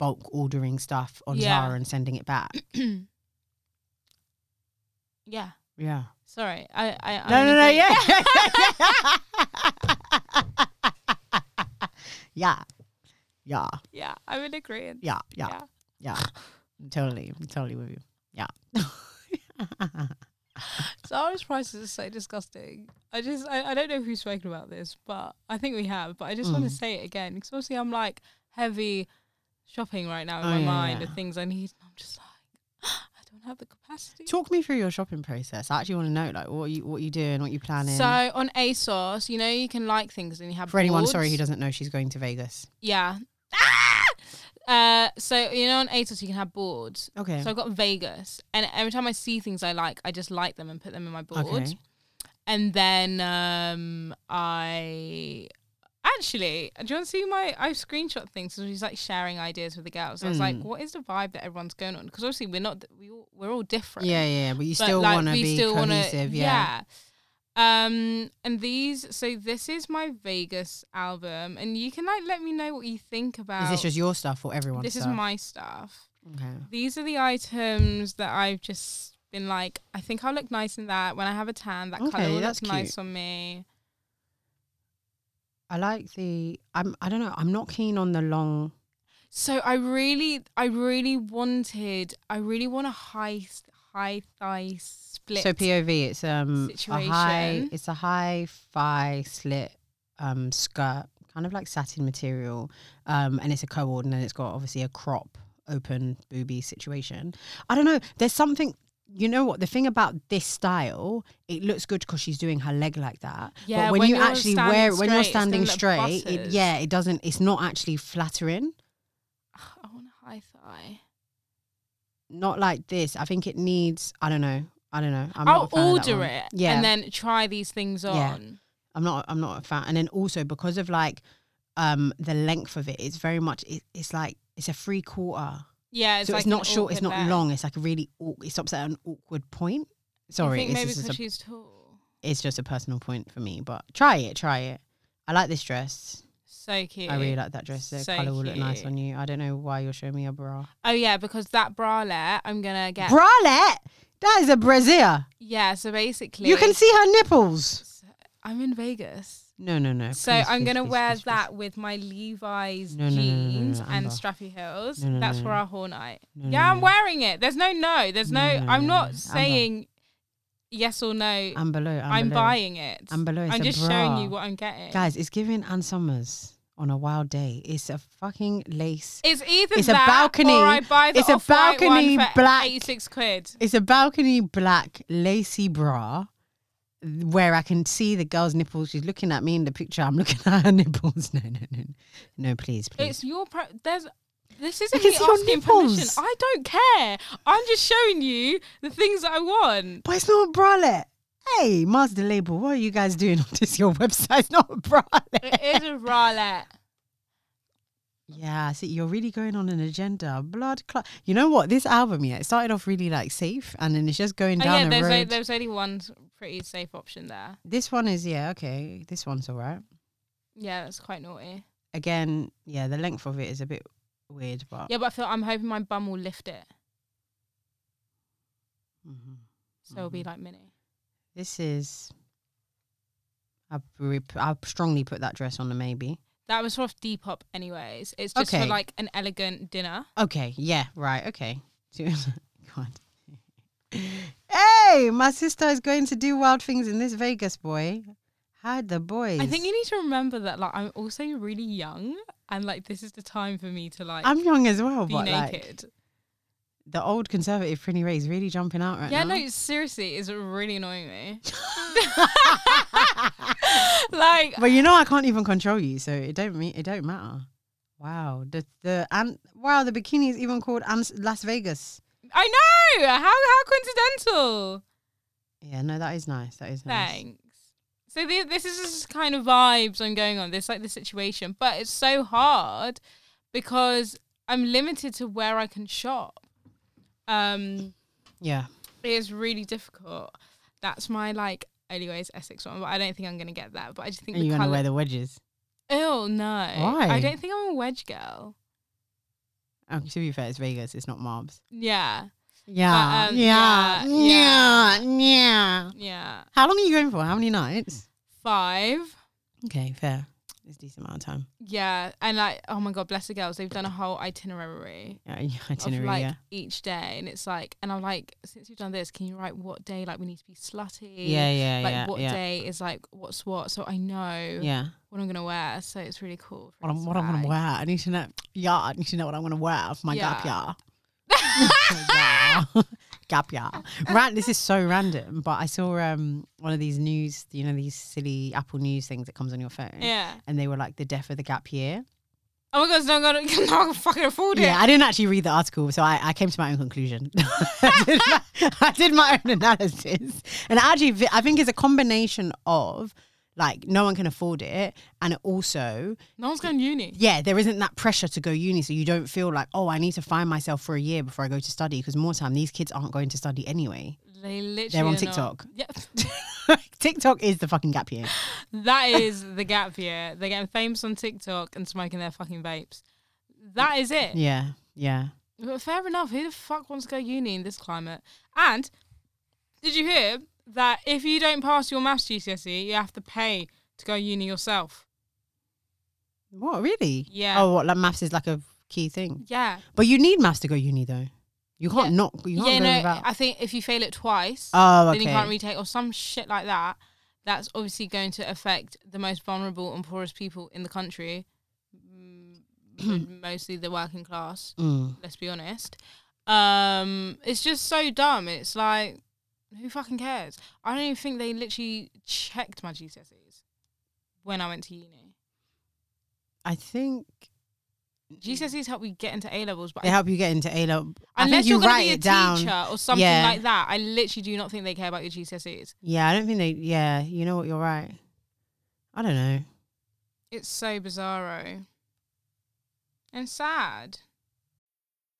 [SPEAKER 2] bulk ordering stuff on
[SPEAKER 1] Yeah.
[SPEAKER 2] Zara and sending
[SPEAKER 1] (clears throat)
[SPEAKER 2] it back.
[SPEAKER 1] yeah,
[SPEAKER 2] Yeah.
[SPEAKER 1] sorry. I I I
[SPEAKER 2] No, no, no,
[SPEAKER 1] agree.
[SPEAKER 2] yeah. (laughs) yeah. Yeah.
[SPEAKER 1] (laughs) yeah. I would agree.
[SPEAKER 2] Yeah. Yeah.
[SPEAKER 1] Yeah.
[SPEAKER 2] Yeah. I'm totally. I'm totally with you. Yeah.
[SPEAKER 1] Zara's prices are so disgusting. I just, I, I don't know if we've spoken about this, but I think we have. But I just want to
[SPEAKER 2] Mm.
[SPEAKER 1] say it again because obviously I'm like heavy shopping right now in
[SPEAKER 2] Oh,
[SPEAKER 1] my
[SPEAKER 2] yeah,
[SPEAKER 1] mind
[SPEAKER 2] yeah.
[SPEAKER 1] of things I need. I'm just like, (gasps) I don't have the capacity.
[SPEAKER 2] Talk me through your shopping process. I actually want to know like what you what you doing, what you planning.
[SPEAKER 1] So on ASOS, you know you can like things and you have
[SPEAKER 2] For anyone,
[SPEAKER 1] boards.
[SPEAKER 2] sorry, who doesn't know, she's going to Vegas.
[SPEAKER 1] yeah. Ah! Uh, so you know on ASOS you can have boards.
[SPEAKER 2] Okay.
[SPEAKER 1] So I've got Vegas, and every time I see things I like, I just like them and put them in my board.
[SPEAKER 2] okay.
[SPEAKER 1] And then um, I actually, do you want to see my? I've screenshot things. So she's like sharing ideas with the girls. So I was like,
[SPEAKER 2] Mm.
[SPEAKER 1] what is the vibe that everyone's going on? Because obviously we're not, we all, we're all different.
[SPEAKER 2] Yeah, yeah, but you
[SPEAKER 1] But,
[SPEAKER 2] still
[SPEAKER 1] like,
[SPEAKER 2] want to
[SPEAKER 1] we
[SPEAKER 2] be
[SPEAKER 1] still wanna-
[SPEAKER 2] cohesive. yeah.
[SPEAKER 1] yeah. Um, and these, so this is my Vegas album, and you can like let me know what you think about.
[SPEAKER 2] Is this just your stuff or everyone's?
[SPEAKER 1] um, This is
[SPEAKER 2] stuff?
[SPEAKER 1] my stuff.
[SPEAKER 2] Okay.
[SPEAKER 1] These are the items that I've just been like, I think I'll look nice in that. When I have a tan, that
[SPEAKER 2] Okay,
[SPEAKER 1] color will look
[SPEAKER 2] that's
[SPEAKER 1] nice
[SPEAKER 2] cute.
[SPEAKER 1] on me.
[SPEAKER 2] I like the. I'm. I don't know. I'm not keen on the long.
[SPEAKER 1] So I really, I really wanted, I really want a high, high thigh split.
[SPEAKER 2] So POV, it's um a high,
[SPEAKER 1] situation.
[SPEAKER 2] it's a high thigh slit um skirt, kind of like satin material, um, and it's a co-ord, and then it's got obviously a crop, open booby situation. I don't know. There's something. You know what? The thing about this style, it looks good because she's doing her leg like that.
[SPEAKER 1] Yeah,
[SPEAKER 2] but when,
[SPEAKER 1] when
[SPEAKER 2] you
[SPEAKER 1] you're
[SPEAKER 2] actually
[SPEAKER 1] standing
[SPEAKER 2] wear it, when
[SPEAKER 1] straight,
[SPEAKER 2] you're
[SPEAKER 1] it's gonna
[SPEAKER 2] standing
[SPEAKER 1] look
[SPEAKER 2] straight, it,
[SPEAKER 1] butters.
[SPEAKER 2] yeah, it doesn't. It's not actually flattering.
[SPEAKER 1] (sighs) I want a high thigh.
[SPEAKER 2] Not like this. I think it needs. I don't know. I don't know. I'm
[SPEAKER 1] I'll
[SPEAKER 2] not a fan of that
[SPEAKER 1] order
[SPEAKER 2] one.
[SPEAKER 1] it
[SPEAKER 2] Yeah.
[SPEAKER 1] and then try these things on.
[SPEAKER 2] Yeah. I'm not I'm not a fan. And then also because of like um the length of it, it's very much it, it's like it's a free quarter.
[SPEAKER 1] Yeah, it's
[SPEAKER 2] so
[SPEAKER 1] like
[SPEAKER 2] it's
[SPEAKER 1] an
[SPEAKER 2] not short, it's
[SPEAKER 1] awkward
[SPEAKER 2] not
[SPEAKER 1] length.
[SPEAKER 2] long. It's like a really awk- it stops at an awkward point. Sorry,
[SPEAKER 1] I think
[SPEAKER 2] it's,
[SPEAKER 1] maybe
[SPEAKER 2] just
[SPEAKER 1] because
[SPEAKER 2] a,
[SPEAKER 1] she's tall.
[SPEAKER 2] it's just a personal point for me, but try it, try it. I like this dress.
[SPEAKER 1] So cute.
[SPEAKER 2] I really like that dress. The
[SPEAKER 1] So
[SPEAKER 2] color will look nice
[SPEAKER 1] cute.
[SPEAKER 2] on you. I don't know why you're showing me a bra.
[SPEAKER 1] Oh yeah, because that bralette I'm gonna get.
[SPEAKER 2] Bralette? That is a brassiere.
[SPEAKER 1] yeah, so basically,
[SPEAKER 2] You can see her nipples.
[SPEAKER 1] So I'm in Vegas.
[SPEAKER 2] No, no, no.
[SPEAKER 1] So
[SPEAKER 2] Oh, please,
[SPEAKER 1] I'm
[SPEAKER 2] please,
[SPEAKER 1] gonna
[SPEAKER 2] please,
[SPEAKER 1] wear
[SPEAKER 2] please, please.
[SPEAKER 1] that with my Levi's
[SPEAKER 2] No, no, no, no, no,
[SPEAKER 1] jeans
[SPEAKER 2] no,
[SPEAKER 1] and
[SPEAKER 2] Amber.
[SPEAKER 1] strappy heels.
[SPEAKER 2] No, no,
[SPEAKER 1] That's
[SPEAKER 2] no,
[SPEAKER 1] for
[SPEAKER 2] no.
[SPEAKER 1] our whole night.
[SPEAKER 2] No, no,
[SPEAKER 1] yeah, I'm
[SPEAKER 2] no.
[SPEAKER 1] wearing it. There's no no. There's
[SPEAKER 2] No,
[SPEAKER 1] no.
[SPEAKER 2] no, no,
[SPEAKER 1] I'm
[SPEAKER 2] no,
[SPEAKER 1] not
[SPEAKER 2] Amber.
[SPEAKER 1] saying yes or no. I'm,
[SPEAKER 2] I'm below. I'm, below.
[SPEAKER 1] buying it.
[SPEAKER 2] I'm below. It's
[SPEAKER 1] I'm
[SPEAKER 2] a
[SPEAKER 1] just showing you
[SPEAKER 2] bra.
[SPEAKER 1] what I'm getting.
[SPEAKER 2] Guys, it's giving Ann Summers on a wild day. It's a fucking lace.
[SPEAKER 1] it's either
[SPEAKER 2] it's a
[SPEAKER 1] that
[SPEAKER 2] balcony-
[SPEAKER 1] or I buy the
[SPEAKER 2] it's a
[SPEAKER 1] Off-White
[SPEAKER 2] balcony
[SPEAKER 1] one for
[SPEAKER 2] black-
[SPEAKER 1] 86 quid.
[SPEAKER 2] It's a balcony black lacy bra where I can see the girl's nipples. She's looking at me in the picture. I'm looking at her (laughs) nipples. No, no, no. No, please, please.
[SPEAKER 1] It's your pro- there's this isn't
[SPEAKER 2] can
[SPEAKER 1] me
[SPEAKER 2] see your
[SPEAKER 1] asking permission.
[SPEAKER 2] nipples.
[SPEAKER 1] I don't care. I'm just showing you the things that I want.
[SPEAKER 2] but it's not a bralette. Hey, Master Label, what are you guys doing on this? (laughs) Your website's not a bralette.
[SPEAKER 1] It is
[SPEAKER 2] (laughs)
[SPEAKER 1] a bralette.
[SPEAKER 2] Yeah, I see, you're really going on an agenda. Blood clot. You know what? This album, yeah, it started off really like safe and then it's just going
[SPEAKER 1] Oh,
[SPEAKER 2] down
[SPEAKER 1] yeah,
[SPEAKER 2] a
[SPEAKER 1] there's,
[SPEAKER 2] road.
[SPEAKER 1] o- there's only one pretty safe option there.
[SPEAKER 2] This one is yeah okay. This one's all right.
[SPEAKER 1] Yeah, that's quite naughty.
[SPEAKER 2] Again, yeah, the length of it is a bit weird, but
[SPEAKER 1] Yeah, but I feel I'm hoping my bum will lift it,
[SPEAKER 2] Mhm.
[SPEAKER 1] so it'll be like mini.
[SPEAKER 2] this is. I, re- I strongly put that dress on the maybe.
[SPEAKER 1] That was for Depop, anyways. It's just
[SPEAKER 2] Okay.
[SPEAKER 1] for like an elegant dinner.
[SPEAKER 2] Okay, yeah, right, okay. (laughs) Dude, God. Hey, my sister is going to do wild things in this Vegas, boy. Hide the boys.
[SPEAKER 1] I think you need to remember that like I'm also really young, and like this is the time for me to like
[SPEAKER 2] I'm young as well,
[SPEAKER 1] be
[SPEAKER 2] but like
[SPEAKER 1] naked.
[SPEAKER 2] the old conservative Prinny Ray is really jumping out right
[SPEAKER 1] yeah,
[SPEAKER 2] now.
[SPEAKER 1] no, seriously, it's really annoying
[SPEAKER 2] (laughs)
[SPEAKER 1] me. (laughs) like
[SPEAKER 2] But you know I can't even control you, so it don't mean it don't matter. Wow, the the and wow, the bikini is even called Ans- Las Vegas.
[SPEAKER 1] I know how how coincidental.
[SPEAKER 2] Yeah, no, that is nice. That is nice.
[SPEAKER 1] Thanks. So the, this is just kind of vibes I'm going on. This like the situation, but it's so hard because I'm limited to where I can shop. Um,
[SPEAKER 2] Yeah.
[SPEAKER 1] it is really difficult. That's my like. Anyways, Essex one, but I don't think I'm gonna get that. But I just think
[SPEAKER 2] Are you
[SPEAKER 1] the
[SPEAKER 2] gonna
[SPEAKER 1] color.
[SPEAKER 2] wear the wedges?
[SPEAKER 1] Oh no!
[SPEAKER 2] Why?
[SPEAKER 1] I don't think I'm a wedge girl.
[SPEAKER 2] Oh, to be fair, it's Vegas. It's not Marbs.
[SPEAKER 1] Yeah,
[SPEAKER 2] Yeah.
[SPEAKER 1] um,
[SPEAKER 2] yeah.
[SPEAKER 1] yeah,
[SPEAKER 2] Yeah. Yeah.
[SPEAKER 1] yeah.
[SPEAKER 2] How long are you going for? How many nights?
[SPEAKER 1] Five.
[SPEAKER 2] Okay, fair. It's a decent amount of time.
[SPEAKER 1] Yeah, and like, oh my god, bless the girls. They've done a whole itinerary.
[SPEAKER 2] Yeah, yeah, (laughs)
[SPEAKER 1] of
[SPEAKER 2] itinerary.
[SPEAKER 1] like
[SPEAKER 2] yeah.
[SPEAKER 1] each day and it's like and I'm like since you've done this can you write what day like we need to be slutty
[SPEAKER 2] Yeah, yeah,
[SPEAKER 1] like
[SPEAKER 2] yeah.
[SPEAKER 1] what
[SPEAKER 2] yeah.
[SPEAKER 1] day is like what's what so I know
[SPEAKER 2] Yeah.
[SPEAKER 1] what I'm gonna wear so it's really cool for
[SPEAKER 2] What I'm,
[SPEAKER 1] this
[SPEAKER 2] what I'm gonna
[SPEAKER 1] bag.
[SPEAKER 2] wear. I need to know. Yeah, I need to know what I'm gonna wear for my gap
[SPEAKER 1] Yeah.
[SPEAKER 2] year. yeah.
[SPEAKER 1] (laughs)
[SPEAKER 2] Gap year. (laughs) Ran- this is so random, but I saw um one of these news, you know, these silly Apple News things that comes on your phone.
[SPEAKER 1] yeah
[SPEAKER 2] And they were like the death of the gap year.
[SPEAKER 1] oh my god no (laughs) god I can fucking afford it
[SPEAKER 2] Yeah, I didn't actually read the article, so I, I came to my own conclusion. (laughs) I, did my, I did my own analysis, and actually, vi- I think it's a combination of like no one can afford it, and also,
[SPEAKER 1] no one's going uni
[SPEAKER 2] yeah, there isn't that pressure to go uni, so you don't feel like oh, I need to find myself for a year before I go to study, because more time these kids aren't going to study anyway. (laughs)
[SPEAKER 1] they literally
[SPEAKER 2] They're
[SPEAKER 1] are
[SPEAKER 2] on
[SPEAKER 1] not-
[SPEAKER 2] TikTok.
[SPEAKER 1] Yep.
[SPEAKER 2] TikTok is the fucking gap year.
[SPEAKER 1] that is the gap year they're getting famous on TikTok and smoking their fucking vapes that is it
[SPEAKER 2] Yeah, yeah.
[SPEAKER 1] But fair enough. Who the fuck wants to go uni in this climate? And did you hear that if you don't pass your maths GCSE, E, you have to pay to go uni yourself?
[SPEAKER 2] What really?
[SPEAKER 1] Yeah.
[SPEAKER 2] Oh, what like maths is like a key thing,
[SPEAKER 1] Yeah.
[SPEAKER 2] but you need maths to go uni though. You can't
[SPEAKER 1] Yeah.
[SPEAKER 2] not. You can't
[SPEAKER 1] yeah,
[SPEAKER 2] go
[SPEAKER 1] no.
[SPEAKER 2] without.
[SPEAKER 1] I think if you fail it twice,
[SPEAKER 2] Oh,
[SPEAKER 1] then
[SPEAKER 2] okay.
[SPEAKER 1] you can't retake or some shit like that. That's obviously going to affect the most vulnerable and poorest people in the country, mm,
[SPEAKER 2] (clears throat)
[SPEAKER 1] mostly the working class.
[SPEAKER 2] Mm.
[SPEAKER 1] Let's be honest. Um, it's just so dumb. It's like, who fucking cares? I don't even think they literally checked my GCSEs when I went to uni.
[SPEAKER 2] I think
[SPEAKER 1] GCSEs help me get into A levels, but
[SPEAKER 2] they
[SPEAKER 1] I,
[SPEAKER 2] help you get into A level. I
[SPEAKER 1] unless
[SPEAKER 2] think you
[SPEAKER 1] are going to
[SPEAKER 2] write
[SPEAKER 1] be a
[SPEAKER 2] it down.
[SPEAKER 1] teacher or something
[SPEAKER 2] Yeah.
[SPEAKER 1] like that, I literally do not think they care about your GCSEs.
[SPEAKER 2] Yeah, I don't think they. Yeah, you know what? You're right. I don't know.
[SPEAKER 1] It's so bizarro and sad.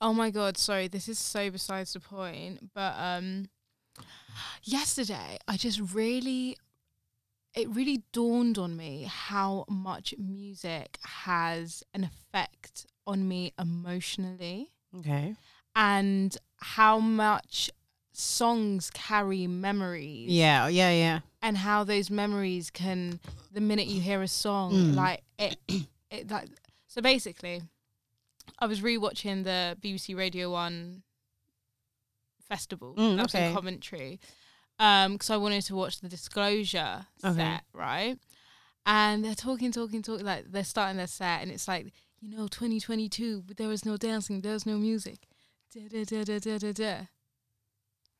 [SPEAKER 1] Oh my god, sorry, this is so besides the point. But um yesterday I just really it really dawned on me how much music has an effect on me emotionally
[SPEAKER 2] Okay.
[SPEAKER 1] and how much songs carry memories
[SPEAKER 2] Yeah, yeah, yeah.
[SPEAKER 1] and how those memories can the minute you hear a song
[SPEAKER 2] Mm.
[SPEAKER 1] like it (coughs) it like so basically i was rewatching the bbc radio 1 festival
[SPEAKER 2] Mm,
[SPEAKER 1] that was
[SPEAKER 2] okay.
[SPEAKER 1] in coventry um because i wanted to watch the disclosure
[SPEAKER 2] Okay.
[SPEAKER 1] set right and they're talking talking talking like they're starting their set and it's like you know 2022 but there was no dancing there was no music da, da, da, da, da, da, da.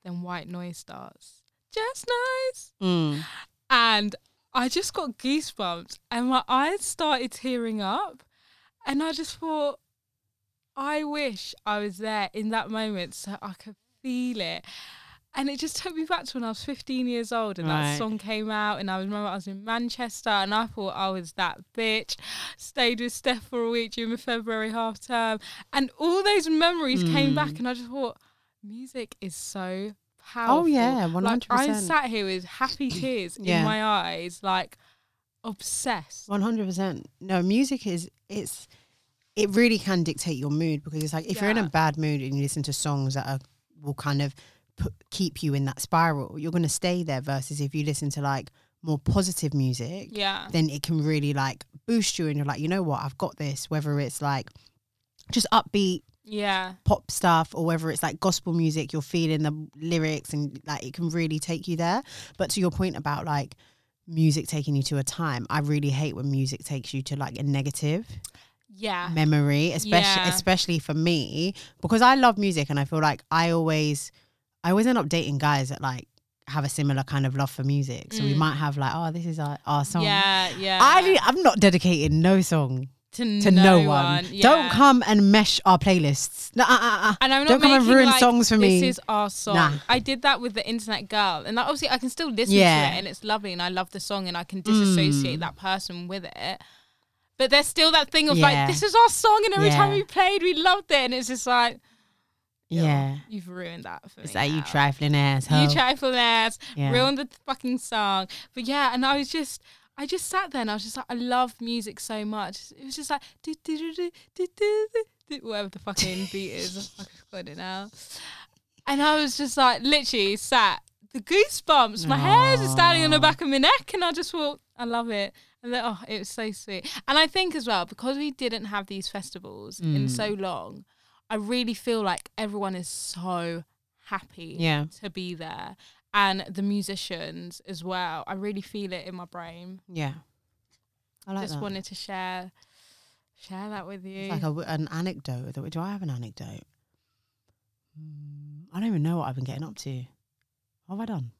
[SPEAKER 1] then white noise starts just nice
[SPEAKER 2] Mm.
[SPEAKER 1] and I just got goosebumps and my eyes started tearing up and I just thought I wish I was there in that moment so I could feel it And it just took me back to when I was 15 years old and
[SPEAKER 2] Right.
[SPEAKER 1] that song came out. And I remember I was in Manchester and I thought I was that bitch. Stayed with Steph for a week during the February half term. And all those memories came
[SPEAKER 2] Mm.
[SPEAKER 1] back. And I just thought, music is so powerful.
[SPEAKER 2] Oh, yeah,
[SPEAKER 1] Like, I
[SPEAKER 2] 100%.
[SPEAKER 1] sat here with
[SPEAKER 2] (clears throat)
[SPEAKER 1] happy tears
[SPEAKER 2] Yeah.
[SPEAKER 1] in my eyes, like obsessed.
[SPEAKER 2] One hundred percent. No, music is it's it really can dictate your mood because it's like if you're in a
[SPEAKER 1] Yeah.
[SPEAKER 2] bad mood and you listen to songs that are, will kind of put, keep you in that spiral, you're going to stay there. Versus if you listen to like more positive music,
[SPEAKER 1] Yeah.
[SPEAKER 2] then it can really like boost you, and you're like, you know what, I've got this. Whether it's like just upbeat
[SPEAKER 1] Yeah.
[SPEAKER 2] pop stuff or whether it's like gospel music you're feeling the lyrics and like it can really take you there but to your point about like music taking you to a time i really hate when music takes you to like a negative
[SPEAKER 1] Yeah.
[SPEAKER 2] memory especially
[SPEAKER 1] Ah. Yeah.
[SPEAKER 2] especially for me because i love music and i feel like i always i always end up dating guys that like have a similar kind of love for music so we might have like oh this is our, our song
[SPEAKER 1] Mm. Yeah. Yeah.
[SPEAKER 2] i didn't- i'm not dedicating no song
[SPEAKER 1] to,
[SPEAKER 2] to no, one. Don't
[SPEAKER 1] yeah.
[SPEAKER 2] come and mesh our playlists. No, uh, uh, uh.
[SPEAKER 1] And I'm not
[SPEAKER 2] Don't come and
[SPEAKER 1] making,
[SPEAKER 2] ruin
[SPEAKER 1] like,
[SPEAKER 2] songs for me.
[SPEAKER 1] This is our song.
[SPEAKER 2] Nah.
[SPEAKER 1] I did that with the Internet Girl, and that obviously I can still listen
[SPEAKER 2] Yeah. Mm.
[SPEAKER 1] to it, and it's lovely, and I love the song, and I can disassociate that person with it. But there's still that thing of
[SPEAKER 2] Yeah.
[SPEAKER 1] like, this is our song, and every time
[SPEAKER 2] Yeah.
[SPEAKER 1] we played, we loved it, and it's just like,
[SPEAKER 2] yeah.
[SPEAKER 1] you've ruined that for
[SPEAKER 2] It's
[SPEAKER 1] me.
[SPEAKER 2] like you
[SPEAKER 1] now.
[SPEAKER 2] trifling asshole.
[SPEAKER 1] You trifle ass,
[SPEAKER 2] Yeah.
[SPEAKER 1] ruined the fucking song. But yeah, and I was just, I just sat there and I was just like, I love music so much. It was just like, do, do, do, do, do, do, do, do, whatever the fucking beat is. I forgot it now. And I was just like, literally sat, the goosebumps, my hair's just standing on the back of my neck. And I just thought, I love it. And then, oh, it was so sweet. And I think as well, because we didn't have these festivals in so long, I really feel like everyone is so happy
[SPEAKER 2] Yeah.
[SPEAKER 1] to be there and the musicians as well. I really feel it in my brain.
[SPEAKER 2] yeah. I like
[SPEAKER 1] Just
[SPEAKER 2] that.
[SPEAKER 1] wanted to share share that with you.
[SPEAKER 2] It's like a, an anecdote. Do do I have an anecdote? Mm, I don't even know what I've been getting up to. What have I done?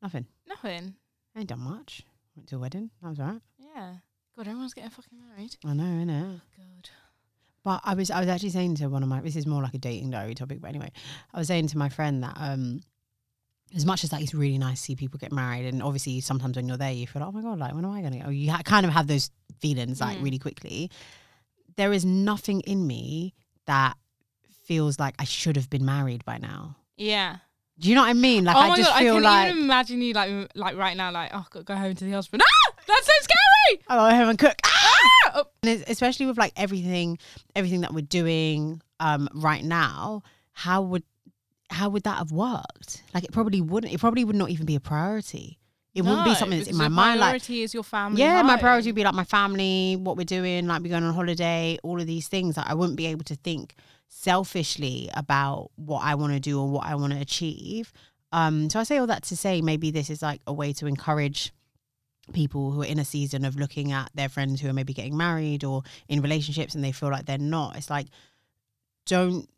[SPEAKER 2] Nothing.
[SPEAKER 1] Nothing.
[SPEAKER 2] I ain't done much. Went to a wedding. That was all right.
[SPEAKER 1] Yeah. God, everyone's getting fucking married.
[SPEAKER 2] I know, innit?
[SPEAKER 1] God.
[SPEAKER 2] But I was I was actually saying to one of my this is more like a dating diary topic, but anyway, I was saying to my friend that um as much as like it's really nice to see people get married, and obviously sometimes when you're there, you feel like, oh my god, like when am I gonna? Go? You ha- kind of have those feelings like
[SPEAKER 1] Mm.
[SPEAKER 2] really quickly. There is nothing in me that feels like I should have been married by now.
[SPEAKER 1] Yeah.
[SPEAKER 2] Do you know what I mean? Like
[SPEAKER 1] oh
[SPEAKER 2] I
[SPEAKER 1] my
[SPEAKER 2] just
[SPEAKER 1] god, I
[SPEAKER 2] feel
[SPEAKER 1] can
[SPEAKER 2] like
[SPEAKER 1] even imagine you like m- like right now, like, oh god, go home to the hospital. (laughs) Ah! That's so scary.
[SPEAKER 2] I go home and cook.
[SPEAKER 1] Ah! Oh,
[SPEAKER 2] And it's- especially with like everything everything that we're doing um right now how would how would that have worked like it probably wouldn't it probably would not even be a priority it wouldn't be
[SPEAKER 1] no,
[SPEAKER 2] something that's in
[SPEAKER 1] because
[SPEAKER 2] my
[SPEAKER 1] your
[SPEAKER 2] mind like
[SPEAKER 1] priority is your family.
[SPEAKER 2] yeah my
[SPEAKER 1] home.
[SPEAKER 2] priority would be like my family what we're doing like we're going on holiday all of these things like i wouldn't be able to think selfishly about what i want to do or what i want to achieve um so i say all that to say maybe this is like a way to encourage people who are in a season of looking at their friends who are maybe getting married or in relationships and they feel like they're not it's like don't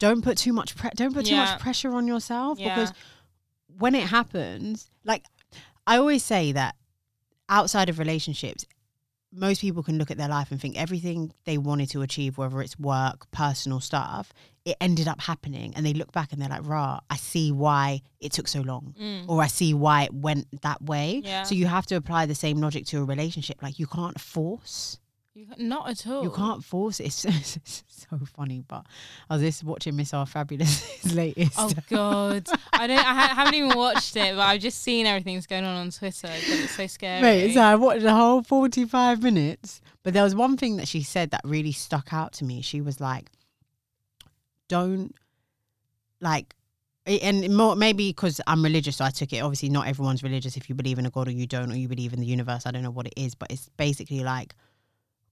[SPEAKER 2] don't put too much pre- don't put too
[SPEAKER 1] Yeah.
[SPEAKER 2] much pressure on yourself
[SPEAKER 1] Yeah.
[SPEAKER 2] because when it happens like i always say that outside of relationships most people can look at their life and think everything they wanted to achieve whether it's work personal stuff it ended up happening and they look back and they're like rah i see why it took so long
[SPEAKER 1] Mm.
[SPEAKER 2] or I see why it went that way.
[SPEAKER 1] Yeah.
[SPEAKER 2] So you have to apply the same logic to a relationship. Like you can't force.
[SPEAKER 1] You, not at all.
[SPEAKER 2] You can't force. It's, (laughs) it's, so funny. But I was just watching Miss R Fabulous's (laughs) latest.
[SPEAKER 1] Oh God, I don't. I ha- haven't even watched it, but I've just seen everything that's going on on Twitter. God, it's so scary.
[SPEAKER 2] Mate, so I watched the whole 45 minutes. But there was one thing that she said that really stuck out to me. She was like, don't, like, a- and more maybe because I'm religious, so I took it. Obviously, not everyone's religious if you believe in a God or you don't, or you believe in the universe. I don't know what it is, but it's basically like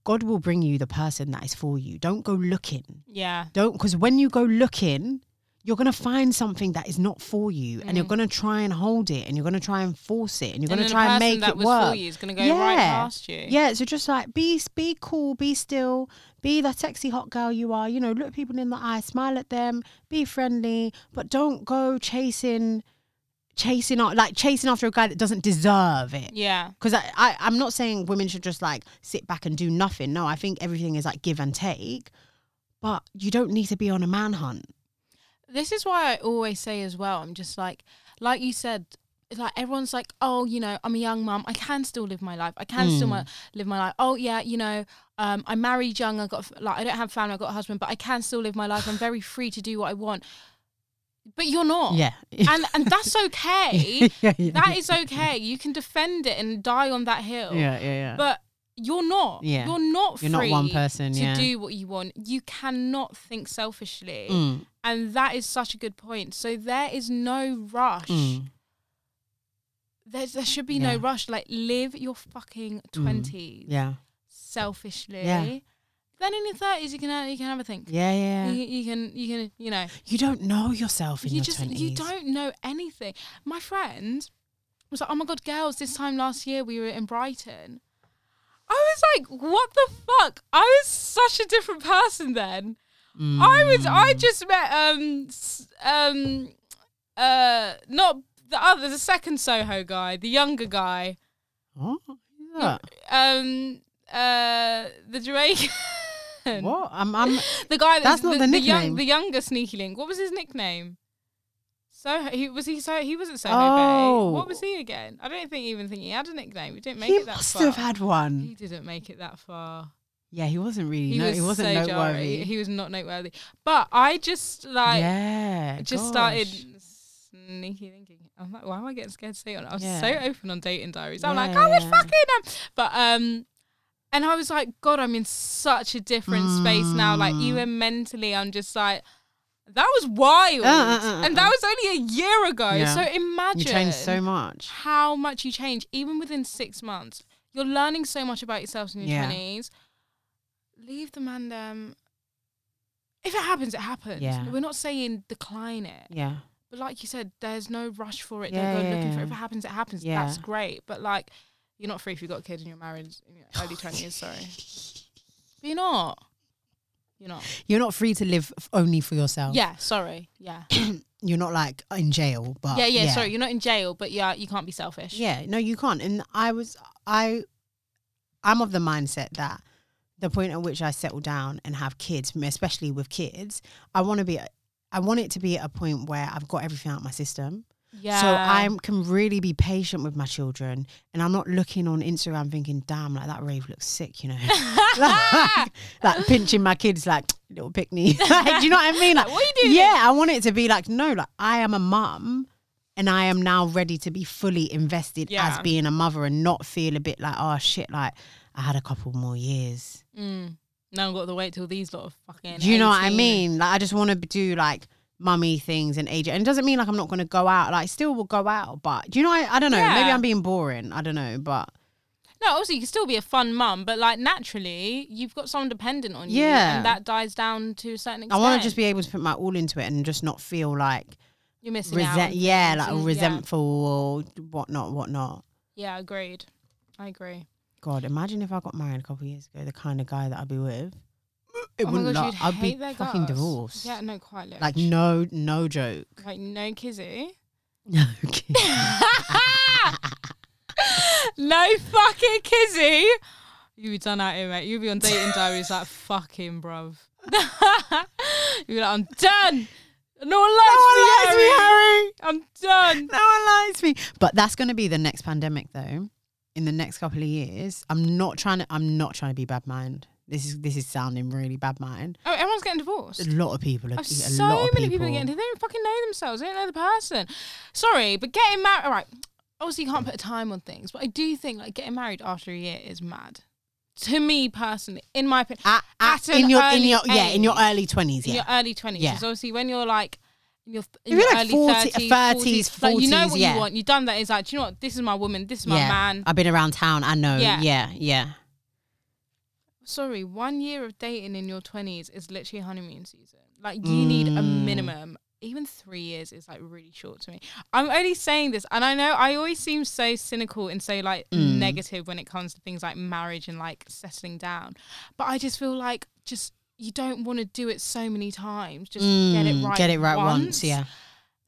[SPEAKER 2] God will bring you the person that is for you. Don't go looking.
[SPEAKER 1] yeah,
[SPEAKER 2] Don't, because when you go looking, you're going to find something that is not for you and you're going to try and hold it and you're going to try and force it and you're
[SPEAKER 1] Mm. and
[SPEAKER 2] going
[SPEAKER 1] then
[SPEAKER 2] to
[SPEAKER 1] the
[SPEAKER 2] try and
[SPEAKER 1] person
[SPEAKER 2] make
[SPEAKER 1] that
[SPEAKER 2] it
[SPEAKER 1] was
[SPEAKER 2] work.
[SPEAKER 1] For you is gonna go right past you.
[SPEAKER 2] Yeah, so just like be be cool, be still, be the sexy hot girl you are. You know, look people in the eye, smile at them, be friendly, but don't go chasing, chasing a- like chasing after a guy that doesn't deserve it.
[SPEAKER 1] yeah,
[SPEAKER 2] Because I, I, I'm not saying women should just like sit back and do nothing. No, I think everything is like give and take, but you don't need to be on a manhunt.
[SPEAKER 1] This is why I always say as well. I'm just like, like you said, it's like everyone's like, oh, you know, I'm a young mum. I can still live my life. I can
[SPEAKER 2] Hmm.
[SPEAKER 1] still my, live my life. Oh yeah, you know, um, I married young. I got a f- like I don't have family. I got a husband, but I can still live my life. I'm very free to do what I want. But you're not.
[SPEAKER 2] Yeah.
[SPEAKER 1] And (laughs) and that's okay.
[SPEAKER 2] (laughs) Yeah, yeah.
[SPEAKER 1] That is okay. You can defend it and die on that hill.
[SPEAKER 2] yeah, yeah, yeah.
[SPEAKER 1] But you're not.
[SPEAKER 2] Yeah.
[SPEAKER 1] You're not
[SPEAKER 2] You're not one
[SPEAKER 1] free
[SPEAKER 2] person,
[SPEAKER 1] to
[SPEAKER 2] yeah.
[SPEAKER 1] do what you want. You cannot think selfishly.
[SPEAKER 2] Mm,
[SPEAKER 1] And that is such a good point. So there is no rush.
[SPEAKER 2] mm.
[SPEAKER 1] There's, there should be
[SPEAKER 2] Yeah. Mm.
[SPEAKER 1] no rush. Like live your fucking twenties
[SPEAKER 2] Yeah.
[SPEAKER 1] selfishly.
[SPEAKER 2] Yeah.
[SPEAKER 1] Then in your thirties, you can have, you can have a think.
[SPEAKER 2] Yeah, yeah.
[SPEAKER 1] You, you can you can you know
[SPEAKER 2] You don't know yourself in
[SPEAKER 1] you
[SPEAKER 2] your
[SPEAKER 1] just
[SPEAKER 2] 20s.
[SPEAKER 1] you don't know anything. My friend was like, "Oh my god, girls! This time last year we were in Brighton." I was like, "What the fuck?" I was such a different person then. I was. I just met um s- um uh not the other the second Soho guy, the younger guy.
[SPEAKER 2] What? Yeah.
[SPEAKER 1] Um uh the Jamaican.
[SPEAKER 2] What? I'm, I'm,
[SPEAKER 1] The guy
[SPEAKER 2] That's
[SPEAKER 1] that's,
[SPEAKER 2] not
[SPEAKER 1] the,
[SPEAKER 2] the
[SPEAKER 1] the young,
[SPEAKER 2] nickname.
[SPEAKER 1] the younger sneaky link. What was his nickname? So he was he so he wasn't Soho
[SPEAKER 2] Oh.
[SPEAKER 1] Bay. What was he again? I don't think even think he had a nickname. He didn't (laughs) make
[SPEAKER 2] he
[SPEAKER 1] it that
[SPEAKER 2] must
[SPEAKER 1] far.
[SPEAKER 2] have had one.
[SPEAKER 1] he didn't make it that far.
[SPEAKER 2] Yeah, he wasn't really.
[SPEAKER 1] He
[SPEAKER 2] no,
[SPEAKER 1] was
[SPEAKER 2] he wasn't
[SPEAKER 1] so
[SPEAKER 2] noteworthy.
[SPEAKER 1] noteworthy. He was not noteworthy. But I just like
[SPEAKER 2] yeah,
[SPEAKER 1] just
[SPEAKER 2] gosh.
[SPEAKER 1] started sneaky thinking. I'm like, why am I getting scared to say it? I was
[SPEAKER 2] Yeah.
[SPEAKER 1] so open on dating diaries. I'm
[SPEAKER 2] Yeah,
[SPEAKER 1] like, I would
[SPEAKER 2] yeah.
[SPEAKER 1] fucking am. But um, and I was like, God, I'm in such a different space now. Like
[SPEAKER 2] Mm.
[SPEAKER 1] even mentally, I'm just like, that was wild,
[SPEAKER 2] Uh, uh, uh, uh,
[SPEAKER 1] and that was only a year ago.
[SPEAKER 2] Yeah.
[SPEAKER 1] So
[SPEAKER 2] You
[SPEAKER 1] imagine
[SPEAKER 2] changed so much.
[SPEAKER 1] how much you change, even within six months. You're learning so much about yourself in your
[SPEAKER 2] Yeah.
[SPEAKER 1] twenties. Leave the man them. If it happens, it happens.
[SPEAKER 2] Yeah.
[SPEAKER 1] We're not saying decline it.
[SPEAKER 2] Yeah,
[SPEAKER 1] But like you said, there's no rush for it.
[SPEAKER 2] Yeah,
[SPEAKER 1] Don't go
[SPEAKER 2] yeah,
[SPEAKER 1] looking for
[SPEAKER 2] yeah.
[SPEAKER 1] it. If it happens, it happens.
[SPEAKER 2] Yeah.
[SPEAKER 1] That's great. But like, you're not free if you've got a kid and you're married in your
[SPEAKER 2] (laughs)
[SPEAKER 1] early 20s, sorry. But you're not. You're not.
[SPEAKER 2] you're not free to live f- only for yourself.
[SPEAKER 1] Yeah, sorry. Yeah.
[SPEAKER 2] you're not like in jail, but
[SPEAKER 1] yeah, yeah, sorry. You're not in jail, but yeah, you can't be selfish.
[SPEAKER 2] Yeah, no, you can't. And I was, I, I'm of the mindset that the point at which I settle down and have kids, especially with kids, I want to be, I want it to be at a point where I've got everything out of my system.
[SPEAKER 1] Yeah.
[SPEAKER 2] So I can really be patient with my children, and I'm not looking on Instagram thinking, "Damn, like that rave looks sick," you know, (laughs) like, like pinching my kids like little pickney. (laughs) like, do you know what I mean? Like,
[SPEAKER 1] What are you doing?
[SPEAKER 2] Yeah, I want it to be like, no, like I am a mum, and I am now ready to be fully invested as
[SPEAKER 1] Yeah.
[SPEAKER 2] being a mother, and not feel a bit like, oh shit, like I had a couple more years.
[SPEAKER 1] Mm. Now I've got to wait till these lot of fucking.
[SPEAKER 2] Do you know what I
[SPEAKER 1] 18.
[SPEAKER 2] mean? Like, I just want to do like mummy things and age. And it doesn't mean like I'm not going to go out. Like, I still will go out, but do you know? I, I don't know. Maybe
[SPEAKER 1] Yeah.
[SPEAKER 2] I'm being boring. I don't know, but
[SPEAKER 1] No, obviously you can still be a fun mum, but like naturally, you've got someone dependent on you,
[SPEAKER 2] Yeah.
[SPEAKER 1] and that dies down to a certain
[SPEAKER 2] I
[SPEAKER 1] extent.
[SPEAKER 2] want to just be able to put my all into it and just not feel like
[SPEAKER 1] you're missing out.
[SPEAKER 2] resent.
[SPEAKER 1] on
[SPEAKER 2] Yeah,
[SPEAKER 1] things
[SPEAKER 2] like
[SPEAKER 1] and- yeah.
[SPEAKER 2] resentful or whatnot, whatnot.
[SPEAKER 1] Yeah, agreed. I agree.
[SPEAKER 2] God, imagine if I got married a couple of years ago, the kind of guy that I'd be with. It
[SPEAKER 1] oh
[SPEAKER 2] wouldn't.
[SPEAKER 1] my
[SPEAKER 2] la-
[SPEAKER 1] God, you'd
[SPEAKER 2] I'd
[SPEAKER 1] hate
[SPEAKER 2] be
[SPEAKER 1] their
[SPEAKER 2] fucking
[SPEAKER 1] guts.
[SPEAKER 2] divorced.
[SPEAKER 1] Yeah, no, quite literally.
[SPEAKER 2] Like no, no joke. (laughs)
[SPEAKER 1] like no kizzy.
[SPEAKER 2] No. kidding.
[SPEAKER 1] (laughs) no fucking kizzy. You'd be done out here, mate. You'd be on dating diaries like fucking bruv. (laughs) You'd be like, I'm done. No one likes
[SPEAKER 2] No
[SPEAKER 1] me,
[SPEAKER 2] one likes me,
[SPEAKER 1] Harry.
[SPEAKER 2] Harry.
[SPEAKER 1] I'm done.
[SPEAKER 2] No one likes me. But that's going to be the next pandemic, though. In the next couple of years, I'm not trying to. I'm not trying to be bad mind. This is this is sounding really bad mind.
[SPEAKER 1] Oh, everyone's getting divorced.
[SPEAKER 2] A lot of people. Are,
[SPEAKER 1] Oh,
[SPEAKER 2] a
[SPEAKER 1] so
[SPEAKER 2] lot of
[SPEAKER 1] many people, getting they don't fucking know themselves, they don't know the person. Sorry, but getting married, all right. Obviously, you can't put a time on things, but I do think like getting married after a year is mad. To me personally, in my opinion,
[SPEAKER 2] At, at,
[SPEAKER 1] an
[SPEAKER 2] in your in
[SPEAKER 1] early
[SPEAKER 2] your yeah in your
[SPEAKER 1] age.
[SPEAKER 2] early twenties.
[SPEAKER 1] in
[SPEAKER 2] Yeah.
[SPEAKER 1] your early twenties.
[SPEAKER 2] Yeah.
[SPEAKER 1] Because obviously, when you're like in your, in your
[SPEAKER 2] If you're, like,
[SPEAKER 1] early
[SPEAKER 2] 40,
[SPEAKER 1] 30s,
[SPEAKER 2] 30s,
[SPEAKER 1] 40s, like you know
[SPEAKER 2] 40s,
[SPEAKER 1] what
[SPEAKER 2] yeah.
[SPEAKER 1] you want. You've done that. It's like, do you know what? This is my woman. This is my
[SPEAKER 2] yeah.
[SPEAKER 1] man.
[SPEAKER 2] I've been around town. I know. Yeah.
[SPEAKER 1] Yeah.
[SPEAKER 2] Yeah.
[SPEAKER 1] Sorry, one year of dating in your twenties is literally honeymoon season. Like you need a
[SPEAKER 2] Mm.
[SPEAKER 1] minimum. Even three years is like really short to me. I'm only saying this, and I know I always seem so cynical and so like
[SPEAKER 2] Mm.
[SPEAKER 1] negative when it comes to things like marriage and like settling down. But I just feel like just you don't want to do it so many times. Just get it
[SPEAKER 2] Mm,
[SPEAKER 1] right.
[SPEAKER 2] Get it right once. Yeah.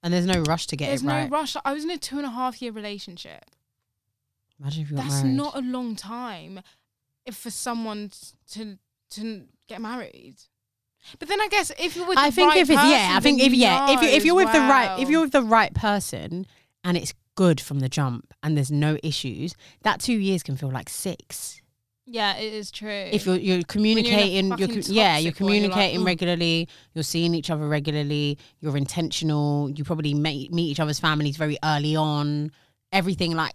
[SPEAKER 2] And there's no rush to get
[SPEAKER 1] There's
[SPEAKER 2] it right.
[SPEAKER 1] no rush. I was in a two and a half year relationship.
[SPEAKER 2] Imagine if you got
[SPEAKER 1] That's
[SPEAKER 2] married.
[SPEAKER 1] not a long time if for someone to to get married. But then I guess if you were,
[SPEAKER 2] I think if it's yeah, I think if yeah, if you if you're with the right if you're with the right person and it's good from the jump and there's no issues, that two years can feel like six.
[SPEAKER 1] yeah, it is true.
[SPEAKER 2] If you're you're
[SPEAKER 1] in a
[SPEAKER 2] communicating, you're,
[SPEAKER 1] fucking
[SPEAKER 2] co- yeah, you're
[SPEAKER 1] toxic one, you're like, "Mm."
[SPEAKER 2] communicating
[SPEAKER 1] "Ugh."
[SPEAKER 2] regularly. You're seeing each other regularly. You're intentional. You probably meet meet each other's families very early on. Everything like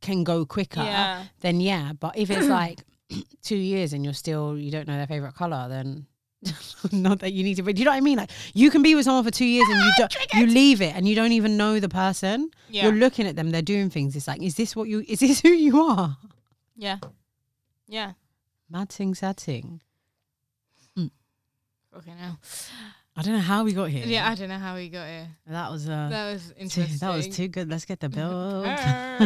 [SPEAKER 2] can go quicker.
[SPEAKER 1] yeah,
[SPEAKER 2] Then yeah, but
[SPEAKER 1] (clears throat)
[SPEAKER 2] if it's like (clears throat) two years and you're still you don't know their favorite color, then (laughs) not that you need to. But do you know what I mean? Like you can be with someone for two years and you don't you leave it and you don't even know the person.
[SPEAKER 1] Ah, yeah,
[SPEAKER 2] You're looking at them. They're doing things. It's like, is this what you? Is this (laughs) who you are?
[SPEAKER 1] yeah, yeah.
[SPEAKER 2] Mad thing, sad thing.
[SPEAKER 1] Okay, now.
[SPEAKER 2] I don't know how we got here.
[SPEAKER 1] Yeah, I don't know how we got here.
[SPEAKER 2] That was uh,
[SPEAKER 1] That was
[SPEAKER 2] too,
[SPEAKER 1] interesting.
[SPEAKER 2] (laughs) that was too good. Let's
[SPEAKER 1] (laughs)
[SPEAKER 2] get the bill.
[SPEAKER 1] I'm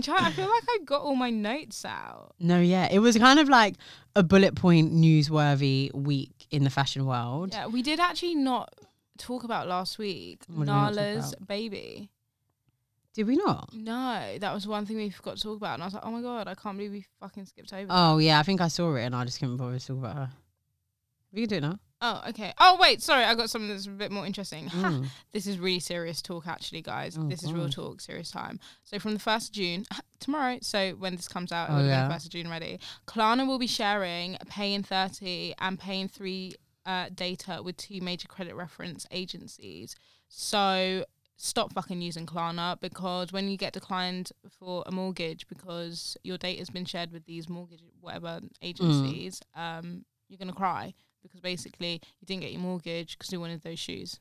[SPEAKER 1] trying. I feel like I got all my notes out.
[SPEAKER 2] (laughs) no, yeah, it was kind of like a bullet point newsworthy week in the fashion world.
[SPEAKER 1] Yeah, we did actually not talk about last week
[SPEAKER 2] What did we not talk
[SPEAKER 1] Nala's baby.
[SPEAKER 2] Did we not?
[SPEAKER 1] No, that was one thing we forgot to talk about, and I was like, oh my god, I can't believe we fucking skipped over.
[SPEAKER 2] Oh yeah, I think I saw it and I just couldn't bother to talk about her. We can do it now.
[SPEAKER 1] oh, okay. Oh wait, sorry, I got something that's a bit more interesting. (laughs)
[SPEAKER 2] Mm.
[SPEAKER 1] this is really serious talk, actually, guys.
[SPEAKER 2] Oh,
[SPEAKER 1] this is real
[SPEAKER 2] God.
[SPEAKER 1] talk, serious time. So from the first of June (laughs) tomorrow, so when this comes out,
[SPEAKER 2] Oh,
[SPEAKER 1] it'll
[SPEAKER 2] yeah.
[SPEAKER 1] be the first of June already. Klarna will be sharing Pay in thirty and Pay in three uh, data with two major credit reference agencies. So stop fucking using Klarna because when you get declined for a mortgage because your data has been shared with these mortgage whatever agencies,
[SPEAKER 2] Mm.
[SPEAKER 1] um, you're gonna cry because basically you didn't get your mortgage because you wanted those shoes.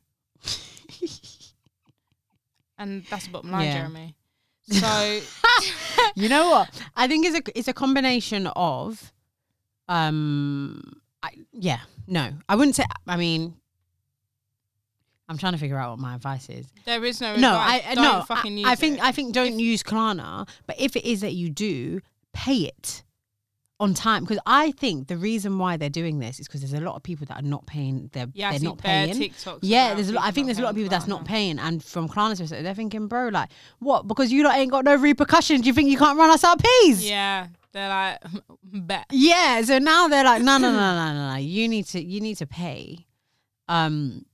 [SPEAKER 1] And that's the bottom line,
[SPEAKER 2] Yeah. (laughs)
[SPEAKER 1] Jeremy. So
[SPEAKER 2] (laughs) you know what? I think it's a it's a combination of, um, I, yeah, no, I wouldn't say. I mean, I'm trying to figure out what my advice is.
[SPEAKER 1] there is no
[SPEAKER 2] no, I
[SPEAKER 1] advice.
[SPEAKER 2] I-
[SPEAKER 1] Don't
[SPEAKER 2] no.
[SPEAKER 1] fucking
[SPEAKER 2] I,
[SPEAKER 1] use
[SPEAKER 2] I think
[SPEAKER 1] it.
[SPEAKER 2] I think don't use Klarna. But if it is that you do, pay it on time because I think the reason why they're doing this is because there's a lot of people that are not paying. They're
[SPEAKER 1] yeah, I
[SPEAKER 2] they're
[SPEAKER 1] see
[SPEAKER 2] not
[SPEAKER 1] bare
[SPEAKER 2] paying.
[SPEAKER 1] TikToks
[SPEAKER 2] Yeah,
[SPEAKER 1] about
[SPEAKER 2] there's a lot. I
[SPEAKER 1] people
[SPEAKER 2] think
[SPEAKER 1] not
[SPEAKER 2] there's a lot of
[SPEAKER 1] paying
[SPEAKER 2] people that's not
[SPEAKER 1] Klarna.
[SPEAKER 2] paying, and from Klarna's perspective, they're thinking, bro, like what? Because you lot ain't got no repercussions. You think you can't run us out of peas?
[SPEAKER 1] Yeah, they're like (laughs) bet.
[SPEAKER 2] Yeah, so now they're like, no, no,
[SPEAKER 1] (laughs)
[SPEAKER 2] no, no, no, no. You need to, you need to pay, um,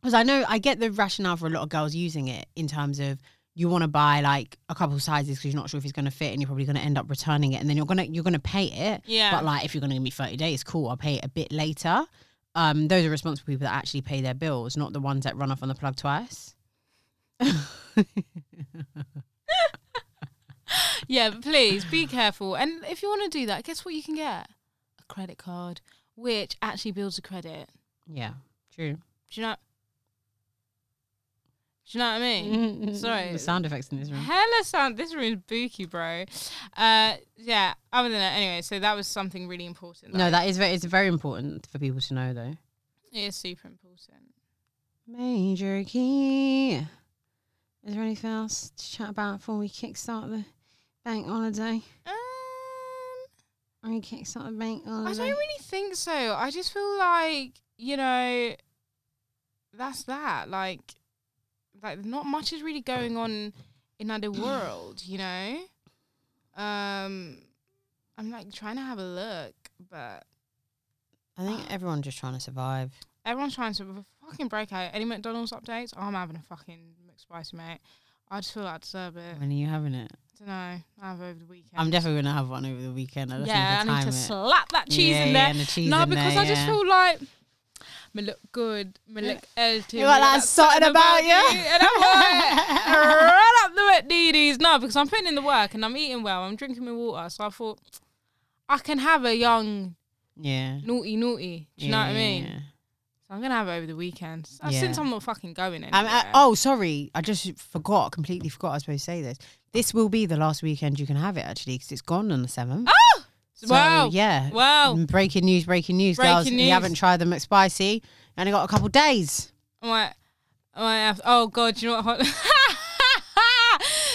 [SPEAKER 2] because I know I get the rationale for a lot of girls using it in terms of you want to buy like a couple sizes because you're not sure if it's going to fit, and you're probably going to end up returning it, and then you're gonna you're gonna pay it.
[SPEAKER 1] Yeah.
[SPEAKER 2] But like, if you're going to give me thirty days, cool, I'll pay it a bit later. Um, those are responsible people that actually pay their bills, not the ones that run off on the plug twice.
[SPEAKER 1] Yeah, but please be careful. And if you want to do that, guess what you can get? A credit card, which actually builds a credit.
[SPEAKER 2] Yeah,
[SPEAKER 1] (laughs)
[SPEAKER 2] true.
[SPEAKER 1] Do you know? Do you know what I mean?
[SPEAKER 2] Mm-hmm.
[SPEAKER 1] Sorry.
[SPEAKER 2] the sound effects in this room.
[SPEAKER 1] Hella sound. This room's booky, bro. Uh, yeah. Other than that, anyway. So that was something really important.
[SPEAKER 2] No, that is very, it's very important for people to know though.
[SPEAKER 1] I- it is super important.
[SPEAKER 2] Major key. Is there anything else to chat about before we kickstart the bank holiday?
[SPEAKER 1] Um,
[SPEAKER 2] Are we kickstart the bank
[SPEAKER 1] I don't
[SPEAKER 2] holiday?
[SPEAKER 1] really think so. I just feel like you know, that's that. Like, like not much is really going on in other world. You know, um, I'm like trying to have a look, but
[SPEAKER 2] I think everyone's just trying to survive.
[SPEAKER 1] everyone's trying to fucking break out. Any McDonald's updates? Oh, I'm having a fucking McSpicy, mate. I just feel like I deserve it.
[SPEAKER 2] When are you having it?
[SPEAKER 1] don't know. I have over the weekend.
[SPEAKER 2] I'm definitely going to have one over the weekend. I just
[SPEAKER 1] yeah,
[SPEAKER 2] need to
[SPEAKER 1] I
[SPEAKER 2] time
[SPEAKER 1] need to
[SPEAKER 2] it.
[SPEAKER 1] slap that cheese
[SPEAKER 2] yeah,
[SPEAKER 1] in there.
[SPEAKER 2] Yeah, and the cheese
[SPEAKER 1] no,
[SPEAKER 2] in
[SPEAKER 1] because
[SPEAKER 2] there,
[SPEAKER 1] I just
[SPEAKER 2] yeah.
[SPEAKER 1] feel like me look good, me look
[SPEAKER 2] (laughs)
[SPEAKER 1] healthy.
[SPEAKER 2] You got
[SPEAKER 1] me
[SPEAKER 2] that
[SPEAKER 1] look
[SPEAKER 2] something about you.
[SPEAKER 1] and I'm like,
[SPEAKER 2] (laughs)
[SPEAKER 1] right up the wet DDs. No, because I'm putting in the work and I'm eating well. I'm drinking my water, so I thought I can have a young
[SPEAKER 2] Yeah.
[SPEAKER 1] naughty naughty. Do you know what I mean? So I'm gonna have it over the weekend Uh,
[SPEAKER 2] Yeah.
[SPEAKER 1] since I'm not fucking going anywhere.
[SPEAKER 2] Um, I- oh, sorry. I just forgot, completely forgot I was supposed to say this. This will be the last weekend you can have it, actually, because it's gone on the 7th. So,
[SPEAKER 1] Oh, wow,
[SPEAKER 2] Yeah.
[SPEAKER 1] wow.
[SPEAKER 2] Mm, Breaking news, breaking news,
[SPEAKER 1] Breaking
[SPEAKER 2] girls. If
[SPEAKER 1] news.
[SPEAKER 2] you haven't tried the McSpicy, you only got a couple days.
[SPEAKER 1] I'm like, I'm like, have- oh god, you know (laughs) what?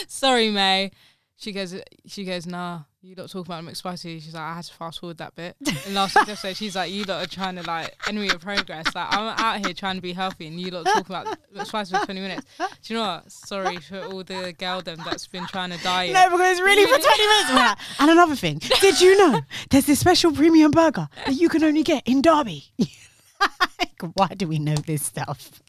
[SPEAKER 1] Sorry, May. She goes, she goes, nah, you lot talk about McSpicy. She's like, I had to fast forward that bit. And last week's episode, she's like, you lot are trying to like enemy of progress. Like I'm out here trying to be healthy, and you lot talk about McSpicy for 20 minutes. Do you know what? Sorry for all the gal them that's been trying to diet.
[SPEAKER 2] No, because really for 20 minutes. we're like, (laughs) and another thing, did you know there's this special premium burger that you can only get in Derby? (laughs) Like, Why do we know this stuff?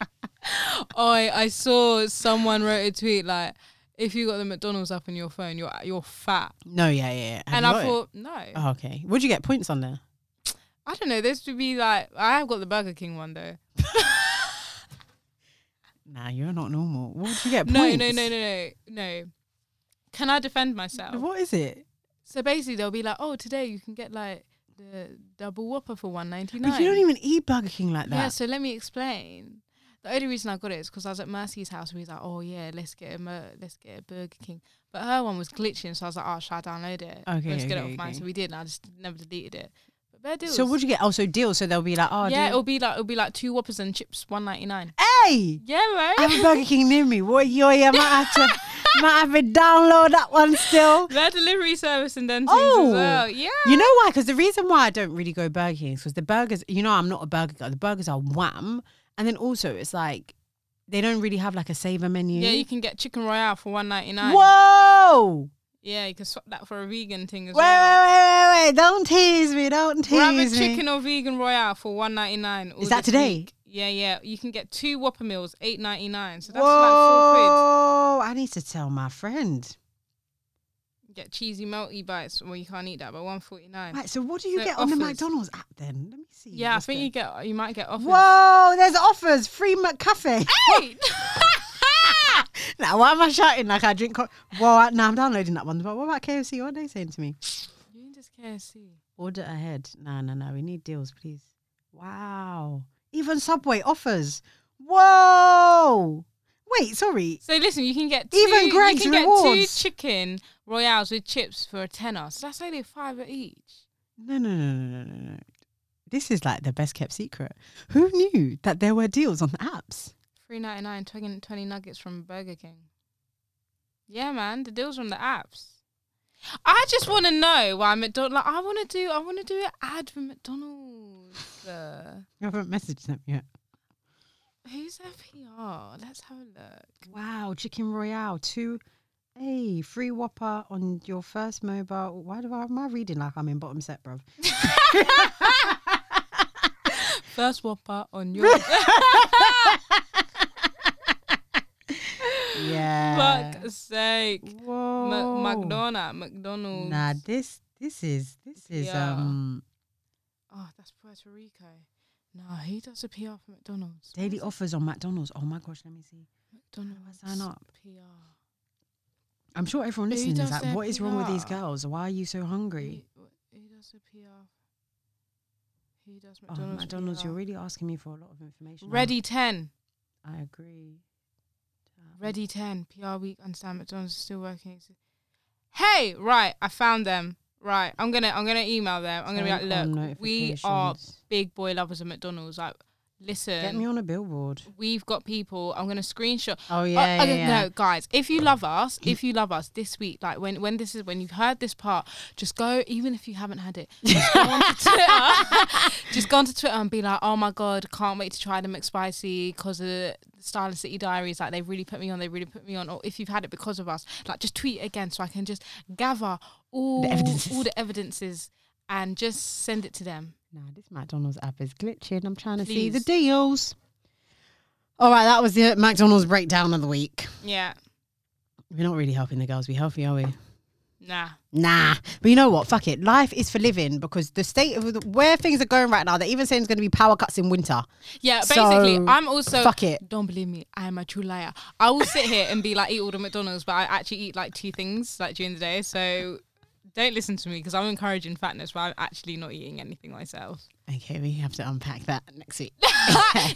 [SPEAKER 1] Oh, I, I saw someone wrote a tweet like, if you got the McDonald's up on your phone, you're you're fat.
[SPEAKER 2] No, yeah, yeah. yeah. Have
[SPEAKER 1] and
[SPEAKER 2] you
[SPEAKER 1] I
[SPEAKER 2] got it?
[SPEAKER 1] thought, no,
[SPEAKER 2] Oh, okay. Would you get points on there?
[SPEAKER 1] I don't know. This would be like, I have got the Burger King one though.
[SPEAKER 2] Nah, you're not normal. What would you get
[SPEAKER 1] No,
[SPEAKER 2] points?
[SPEAKER 1] no, no, no, no, no. Can I defend myself?
[SPEAKER 2] What is it?
[SPEAKER 1] So basically, they'll be like, "Oh, today you can get like the double whopper for one ninety
[SPEAKER 2] But
[SPEAKER 1] nine.
[SPEAKER 2] you don't even eat Burger King like that.
[SPEAKER 1] Yeah. So let me explain. The only reason I got it is because I was at Mercy's house and we was like, "Oh yeah, let's get a Mer- let's get a Burger King," but her one was glitching, so I was like, "Oh, should I download it?
[SPEAKER 2] Okay,
[SPEAKER 1] let's get it off
[SPEAKER 2] okay,
[SPEAKER 1] mine." So
[SPEAKER 2] okay.
[SPEAKER 1] we did, and I just never deleted it. But bare deals.
[SPEAKER 2] So would you get also deals? So they'll be like, oh,
[SPEAKER 1] yeah,
[SPEAKER 2] yeah. oh.
[SPEAKER 1] it'll be like it'll be like two whoppers and chips, one ninety nine.
[SPEAKER 2] hey,
[SPEAKER 1] Yeah, right.
[SPEAKER 2] I have a Burger King near me. What yo, yeah, might have (laughs) to, might have to download that one still.
[SPEAKER 1] Their delivery service and then
[SPEAKER 2] Oh.
[SPEAKER 1] as well. Yeah.
[SPEAKER 2] You know why? Because the reason why I don't really go Burger King is because the burgers. You know, I'm not a burger guy. The burgers are wham, and then also it's like they don't really have like a savor menu.
[SPEAKER 1] yeah, you can get chicken royale for one ninety nine.
[SPEAKER 2] Whoa!
[SPEAKER 1] Yeah, you can swap that for a vegan thing as
[SPEAKER 2] Wait, wait,
[SPEAKER 1] well.
[SPEAKER 2] wait, wait, wait! Don't tease me! Don't tease
[SPEAKER 1] Grab a
[SPEAKER 2] me!
[SPEAKER 1] chicken or vegan royale for one ninety nine.
[SPEAKER 2] Is that today?
[SPEAKER 1] Yeah, yeah. You can get two Whopper meals, eight ninety nine. So that's like four
[SPEAKER 2] Whoa! I need to tell my friend.
[SPEAKER 1] quid. Get cheesy melty bites. Well, you can't eat that, but one forty nine.
[SPEAKER 2] Right, so what do you
[SPEAKER 1] So
[SPEAKER 2] get on the
[SPEAKER 1] offers.
[SPEAKER 2] McDonald's app then? Let me see.
[SPEAKER 1] Yeah, I
[SPEAKER 2] Let's
[SPEAKER 1] think
[SPEAKER 2] go.
[SPEAKER 1] you get you might get offers.
[SPEAKER 2] Whoa! There's offers. Free
[SPEAKER 1] (laughs)
[SPEAKER 2] McCafe. (laughs)
[SPEAKER 1] Hey!
[SPEAKER 2] now why am I shouting like I drink? Co- Whoa! Now I'm downloading that one. But what about KFC? What are they saying to me?
[SPEAKER 1] you can just KFC.
[SPEAKER 2] Order ahead. No, no, no. We need deals, please. Wow. Even Subway offers. Whoa. Wait, sorry.
[SPEAKER 1] So listen, you can get two,
[SPEAKER 2] Even Greg's
[SPEAKER 1] you can
[SPEAKER 2] Rewards.
[SPEAKER 1] get two chicken royales with chips for a tenner. So that's only five at each.
[SPEAKER 2] No, no, no, no, no, no, no. This is like the best kept secret. Who knew that there were deals on the apps?
[SPEAKER 1] Three ninety nine, 20, 20 nuggets from Burger King. Yeah, man, the deals on the apps. I just want to know why McDonald's. Like, I want to do. I want to do an ad for (laughs) McDonald's. Uh,
[SPEAKER 2] You haven't messaged them yet.
[SPEAKER 1] who's their PR? Let's have a look.
[SPEAKER 2] Wow, Chicken Royale, two, hey, free Whopper on your first mobile. Why do I, am I reading like I'm in bottom set, (gasps) bruv?
[SPEAKER 1] First Whopper on (laughs) your.
[SPEAKER 2] Yeah.
[SPEAKER 1] Fuck's sake.
[SPEAKER 2] Whoa.
[SPEAKER 1] M- McDonald's. McDonald's.
[SPEAKER 2] Nah, this this is this is
[SPEAKER 1] Yeah.
[SPEAKER 2] um
[SPEAKER 1] Oh, that's Puerto Rico. Nah, who does a PR for McDonald's?
[SPEAKER 2] daily
[SPEAKER 1] Where's
[SPEAKER 2] offers on McDonald's. Oh my gosh, let me see.
[SPEAKER 1] McDonald's
[SPEAKER 2] sign up?
[SPEAKER 1] PR.
[SPEAKER 2] I'm sure everyone
[SPEAKER 1] Who
[SPEAKER 2] listening
[SPEAKER 1] does
[SPEAKER 2] is like,
[SPEAKER 1] their
[SPEAKER 2] what is wrong with these
[SPEAKER 1] PR?
[SPEAKER 2] girls? Why are you so hungry?
[SPEAKER 1] Who, wh- who does the PR? Who does
[SPEAKER 2] Oh,
[SPEAKER 1] McDonald's?
[SPEAKER 2] McDonald's,
[SPEAKER 1] PR?
[SPEAKER 2] you're really asking me for a lot of information. I'm-
[SPEAKER 1] Ready 10.
[SPEAKER 2] I agree. Um,
[SPEAKER 1] Ready 10. PR week. Understand McDonald's is still working. It's- Hey, right. I found them. Right. I'm going to I'm gonna email them. I'm going to be
[SPEAKER 2] Turn on
[SPEAKER 1] like, look, we are
[SPEAKER 2] notifications.
[SPEAKER 1] big boy lovers of McDonald's. Like,
[SPEAKER 2] Get me
[SPEAKER 1] listen,
[SPEAKER 2] on a billboard.
[SPEAKER 1] we've got people. I'm going to screenshot.
[SPEAKER 2] Oh
[SPEAKER 1] Oh,
[SPEAKER 2] yeah,
[SPEAKER 1] okay,
[SPEAKER 2] yeah, yeah.
[SPEAKER 1] No, guys, if you love us,
[SPEAKER 2] (clears throat)
[SPEAKER 1] if you love us this week, like when when this is when you've heard this part, just go. Even if you haven't had it, just go onto
[SPEAKER 2] (laughs)
[SPEAKER 1] Twitter. (laughs) just go onto Twitter and be like, oh my god, can't wait to try the McSpicy because of the Style and City Diaries. Like they really put me on. They really put me on. Or if you've had it because of us, like just tweet again so I can just gather all
[SPEAKER 2] evidences.
[SPEAKER 1] all the evidences and just send it to them.
[SPEAKER 2] Nah, this McDonald's app is glitching. I'm trying to see the
[SPEAKER 1] Please.
[SPEAKER 2] deals. All right, that was the uh, McDonald's breakdown of the week.
[SPEAKER 1] Yeah,
[SPEAKER 2] We're not really helping the girls be healthy, are we?
[SPEAKER 1] nah.
[SPEAKER 2] Nah, but you know what? Fuck it. Life is for living because the state of the- where things are going right now, they're even saying there's going to be power cuts in winter.
[SPEAKER 1] Yeah, basically,
[SPEAKER 2] So,
[SPEAKER 1] I'm also
[SPEAKER 2] fuck it.
[SPEAKER 1] Don't believe me. I am a true liar. I will sit here and be like, eat all the McDonald's, but I actually eat like two things like during the day. So don't listen to me because I'm encouraging fatness, but I'm actually not eating anything myself.
[SPEAKER 2] Okay, we have to unpack that
[SPEAKER 1] (laughs)
[SPEAKER 2] next week.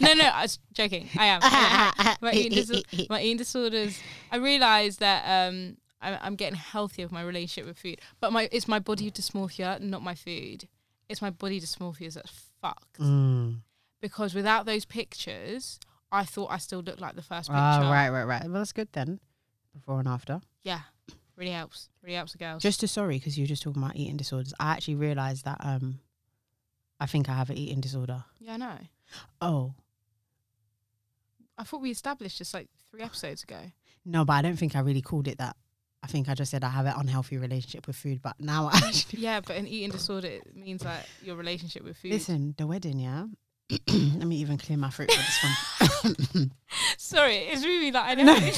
[SPEAKER 1] no, no, I was joking. I am. my, eating disor- my eating disorders. I realised that um, I- I'm getting healthier with my relationship with food, but my it's my body dysmorphia, not my food. It's my body dysmorphia that's fucked. Because without those pictures, I
[SPEAKER 2] Ah,
[SPEAKER 1] thought I still looked like the first picture.
[SPEAKER 2] Oh, right, right, right. Well, that's good then. Before and after.
[SPEAKER 1] Yeah. Really helps. Really helps the girls.
[SPEAKER 2] Just to sorry, because you were just talking about eating disorders. I actually realised that um, I think I have an eating disorder.
[SPEAKER 1] yeah, I know.
[SPEAKER 2] Oh
[SPEAKER 1] I thought we established this like three episodes ago.
[SPEAKER 2] no, but I don't think I really called it that. I think I just said I have an unhealthy relationship with food. But now I
[SPEAKER 1] (laughs)
[SPEAKER 2] actually
[SPEAKER 1] (laughs)
[SPEAKER 2] (laughs)
[SPEAKER 1] Yeah, but an eating disorder it means like your relationship with food.
[SPEAKER 2] listen the wedding. Yeah, (clears throat) let me even clear my throat
[SPEAKER 1] (laughs)
[SPEAKER 2] for this one.
[SPEAKER 1] (laughs) Sorry, it's really like I don't (laughs)
[SPEAKER 2] No.
[SPEAKER 1] know.